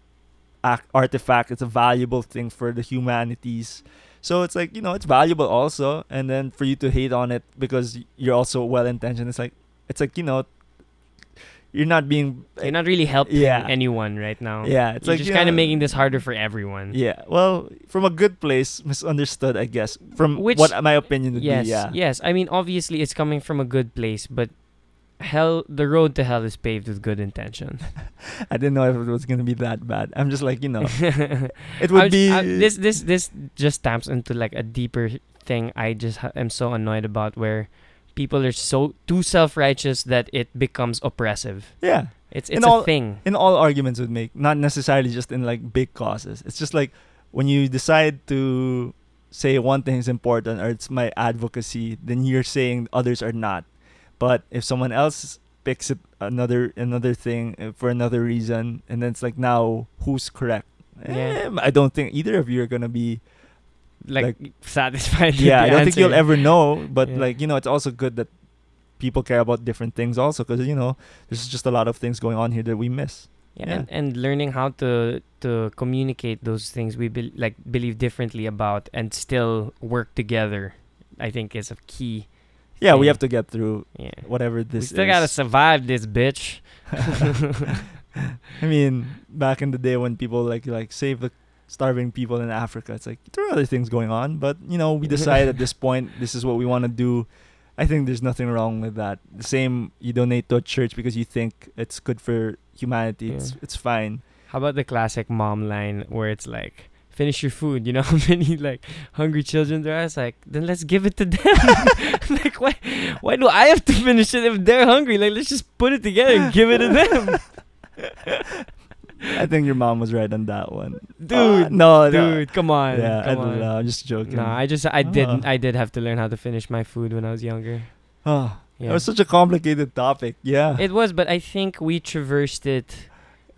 ac- artifact it's a valuable thing for the humanities so it's like you know it's valuable also and then for you to hate on it because y- you're also well intentioned it's like it's like you know you're not being
You're not really helping
Yeah.
anyone right now.
yeah it's
You're
like
just
you
kind of
know,
making this harder for everyone.
yeah well from a good place misunderstood i guess from
Which-
what my opinion would
yes,
be yeah
yes. I mean, obviously, it's coming from a good place, but hell, the road to hell is paved with good intention.
I didn't know if it was gonna be that bad. I'm just like, you know, it would
I'm j-
be
I- this this this just taps into like a deeper thing I just ha- am so annoyed about where people are so too self-righteous that it becomes oppressive.
yeah.
It's
In
it's
all-
a thing.
In all arguments would make, not necessarily just in like big causes. It's just like when you decide to say one thing is important or it's my advocacy, then you're saying others are not. But if someone else picks it another another thing uh, for another reason, and then it's like now who's correct?
Yeah.
Eh, I don't think either of you are gonna be
Like, satisfied. with
yeah,
the
I don't think
answer.
you'll ever know. But
Yeah.
like you know, it's also good that people care about different things also because you know there's just a lot of things going on here that we miss.
Yeah,
yeah.
And, and learning how to to communicate those things we bel like believe differently about and still work together, I think is a key.
Yeah, we
Yeah.
have to get through
Yeah.
whatever
We
this
still
is.
gotta survive this bitch.
I mean, back in the day when people like like save the starving people in Africa, it's like there are other things going on, but you know we decide at this point this is what we want to do. I think there's nothing wrong with that. The same, you donate to a church because you think it's good for humanity.
Yeah.
It's it's fine.
How about the classic mom line where it's like, finish your food? You know how many like hungry children there are? It's like, then let's give it to them. like, why, why do I have to finish it if they're hungry? Like, let's just put it together and give it to them.
I think your mom was right on that one,
Dude,
Ah, no, no.
Dude, come on.
Yeah, I
come
don't
on.
know. I'm just joking.
No, I just I did
Ah.
I did have to learn how to finish my food when I was younger.
Ah, It
Yeah.
was uh, such a complicated topic. Yeah.
It was, but I think we traversed it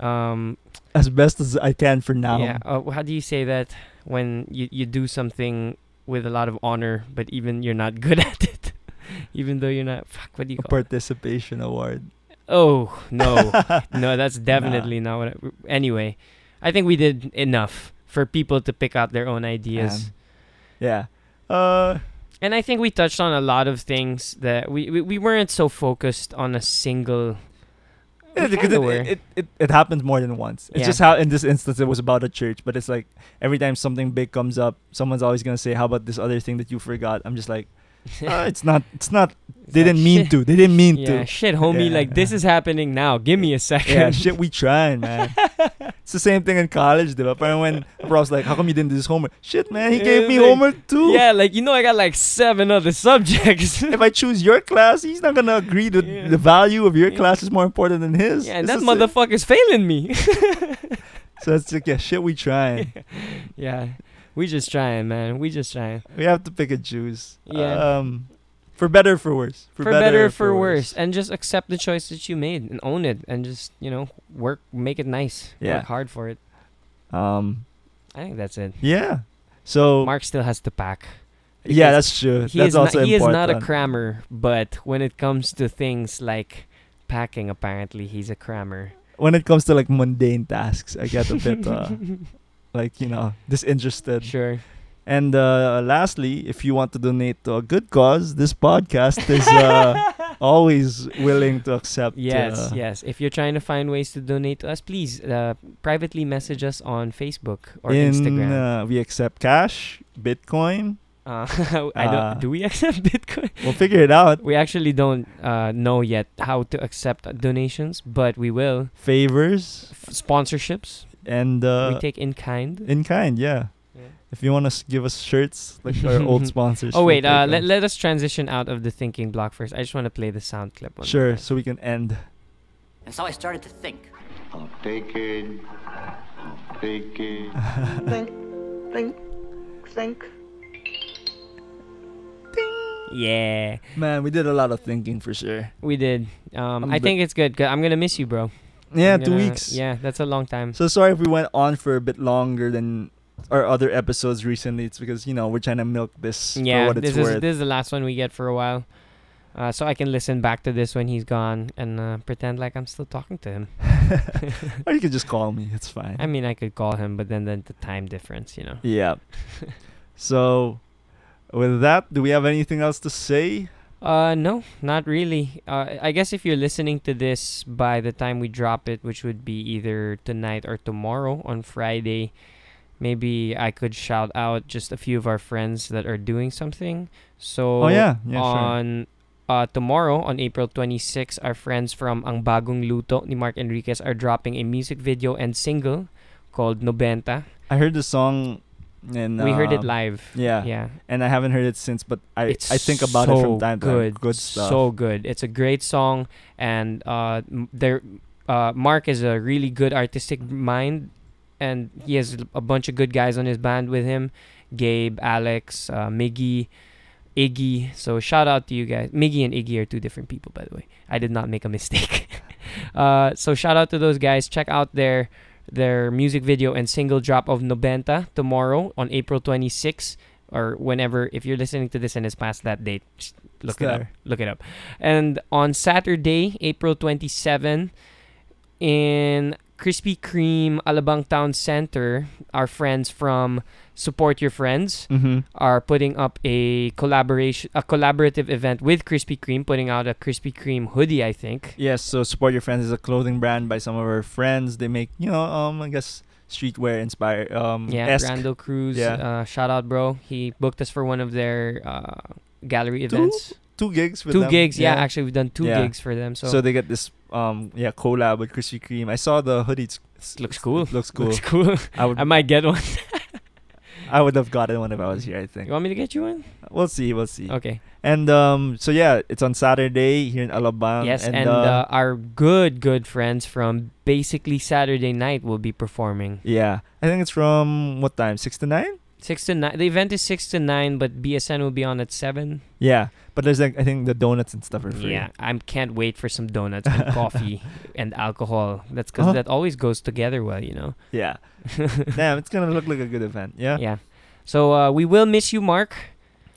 um
as best as I can for now.
Yeah. Uh, how do you say that when you, you do something with a lot of honor, but even you're not good at it, even though you're not. Fuck. What do you
A
call? it?
participation award.
Oh no, no, that's definitely not what. I, anyway, I think we did enough for people to pick out their own ideas,
Um, yeah. Uh,
and I think we touched on a lot of things that we we, we weren't so focused on a single.
yeah,
We
because
kinda
it,
were.
it, it, it, it happens more than once. It's
Yeah.
just how in this instance it was about a church, but it's like every time something big comes up, someone's always gonna say, "How about this other thing that you forgot?" I'm just like, "Ah, "It's not. It's not.
It's
They
like,
didn't mean
shit.
to. They didn't mean
Yeah,
to."
shit, homie.
Yeah.
Like this is happening now. Give me a second.
Yeah, shit, we trying, man. it's the same thing in college, diba? Parang when bro was like, "How come you didn't do this homework?" Shit, man, he
Yeah,
gave me
like-
homework too.
Yeah, like you know, I got like seven other subjects.
if I choose your class, he's not gonna agree that
Yeah.
the value of your
Yeah.
class is more important than his.
Yeah, and
It's
that
the same.
motherfucker's failing me.
So it's like, yeah, shit, we trying.
yeah, we just trying, man. We just trying.
we have to pick and choose.
Yeah.
Um, For better or for worse.
for, better, or for worse. and just accept the choice that you made and own it and just you know work make it nice
Yeah.
work hard for it
Um.
i think that's it
Yeah. So
mark still has to pack because
yeah, that's true.
he is
that's also
not, he is
important.
not a crammer but when it comes to things like packing apparently he's a crammer
when it comes to like mundane tasks, I get a bit uh, like you know disinterested.
sure
And uh, lastly, if you want to donate to a good cause, this podcast is uh, always willing to accept.
Yes,
uh,
yes. If you're trying to find ways to donate to us, please uh, privately message us on Facebook or
in,
Instagram.
Uh, we accept cash, Bitcoin.
Uh, I
uh,
don't. Do we accept Bitcoin?
We'll figure it out.
We actually don't uh, know yet how to accept donations, but we will.
Favors
F- sponsorships,
and
we
uh,
take in kind.
in kind. Yeah.
Yeah.
If you want to give us shirts like our old sponsors.
Oh
we'll
wait,
take
uh,
them.
let, let us transition out of the thinking block first. I just want to play the sound clip. One more
sure.
time.
So we can end.
And so I started to think.
I'll take it. I'll take it.
think, think, think.
Yeah,
Man, we did a lot of thinking for sure.
we did. Um,
I'm
I
bl-
think it's good. i I'm gonna miss you, bro.
Yeah,
I'm
two
gonna-
weeks.
Yeah, that's a long time.
So sorry if we went on for a bit longer than our other episodes recently. It's because you know we're trying to milk this for
Yeah,
what it's
this
worth.
is this is the last one we get for a while. Uh, so I can listen back to this when he's gone and uh, pretend like I'm still talking to him.
or you can just call me. It's fine.
I mean, I could call him, but then the, the time difference, you know.
yeah. so, with that, do we have anything else to say?
Uh, no, not really. Uh, I guess if you're listening to this by the time we drop it, which would be either tonight or tomorrow on Friday, maybe I could shout out just a few of our friends that are doing something. So
Oh yeah, yeah, sure.
on uh, tomorrow on April 26, our friends from Ang Bagong Luto ni Mark Enriquez are dropping a music video and single called Nobenta.
I heard the song, and
We heard it
uh,
live.
Yeah,
Yeah,
and I haven't heard it since, but I I think about it from time to time. Good stuff.
So good. It's a great song, and uh, m- there, uh, Mark is a really good artistic mind, and he has a bunch of good guys on his band with him, Gabe, Alex, uh, Miggy, Iggy. So shout out to you guys. Miggy and Iggy are two different people, by the way. I did not make a mistake. uh, so shout out to those guys. Check out their their music video and single drop of Nobenta tomorrow on April 26th or whenever if you're listening to this and it's past that date just look
It's
it up
there.
look it up and on Saturday April 27 in Krispy Kreme Alabang Town Center our friends from Support Your Friends
hmm
are putting up a collaboration a collaborative event with Krispy Kreme putting out a Krispy Kreme hoodie I think
Yes, so Support Your Friends is a clothing brand by some of our friends. They make, you know, um I guess streetwear inspired um
Yeah,
esque.
Randall Cruz.
Yeah.
Uh, shout out, bro. He booked us for one of their uh, gallery events.
two gigs with
Two
them.
gigs. Yeah. actually, we've done two
Yeah.
gigs for them. So,
So. they get this um yeah, collab with Krispy Kreme. I saw the hoodie. It's, it's-
looks cool.
it looks cool.
Looks cool.
I would
I might get one.
I would have gotten one if I was here, I
You
think.
want me to get you one?
We'll see, we'll see.
Okay.
And um so yeah, it's on Saturday here in Alabang.
yes, and,
Um, and,
uh, our good, good friends from basically Saturday night will be performing.
yeah, I think it's from what time? 6 to 9?
Six to nine. The event is six to nine, but BSN will be on at seven.
Yeah. But there's like I think the donuts and stuff are free.
Yeah, I can't wait for some donuts and coffee and alcohol. That's because
Huh?
that always goes together well, you know.
Yeah. Damn, it's going to look like a good event. Yeah.
Yeah. So uh, we will miss you, Mark.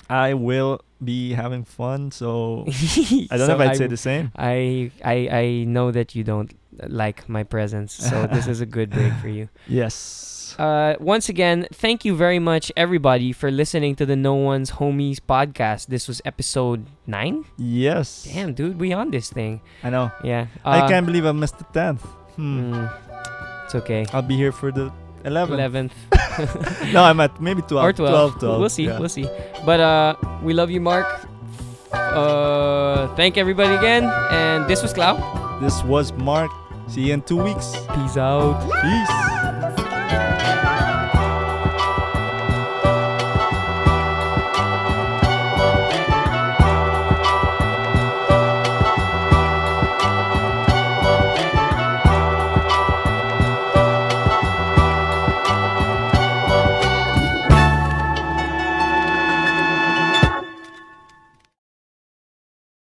I will be having fun, so Oh. I
I
don't know if I'd say the same.
I, I I know that you don't uh, like my presence, so this is a good break for you.
Yes.
Uh, once again, thank you very much, everybody, for listening to the No One's Homies podcast. This was episode nine.
Yes.
Damn, dude, we on this thing.
I know.
Yeah. uh,
I can't believe I missed the tenth. Hmm.
mm, it's okay.
I'll be here for the eleventh.
Eleventh
No, I'm at maybe twelve.
or 12.
12, 12,
We'll see.
yeah.
We'll see. But uh, we love you, Mark. Uh, thank everybody again. And this was Cloud.
This was Mark. See you in two weeks.
Peace out.
Peace.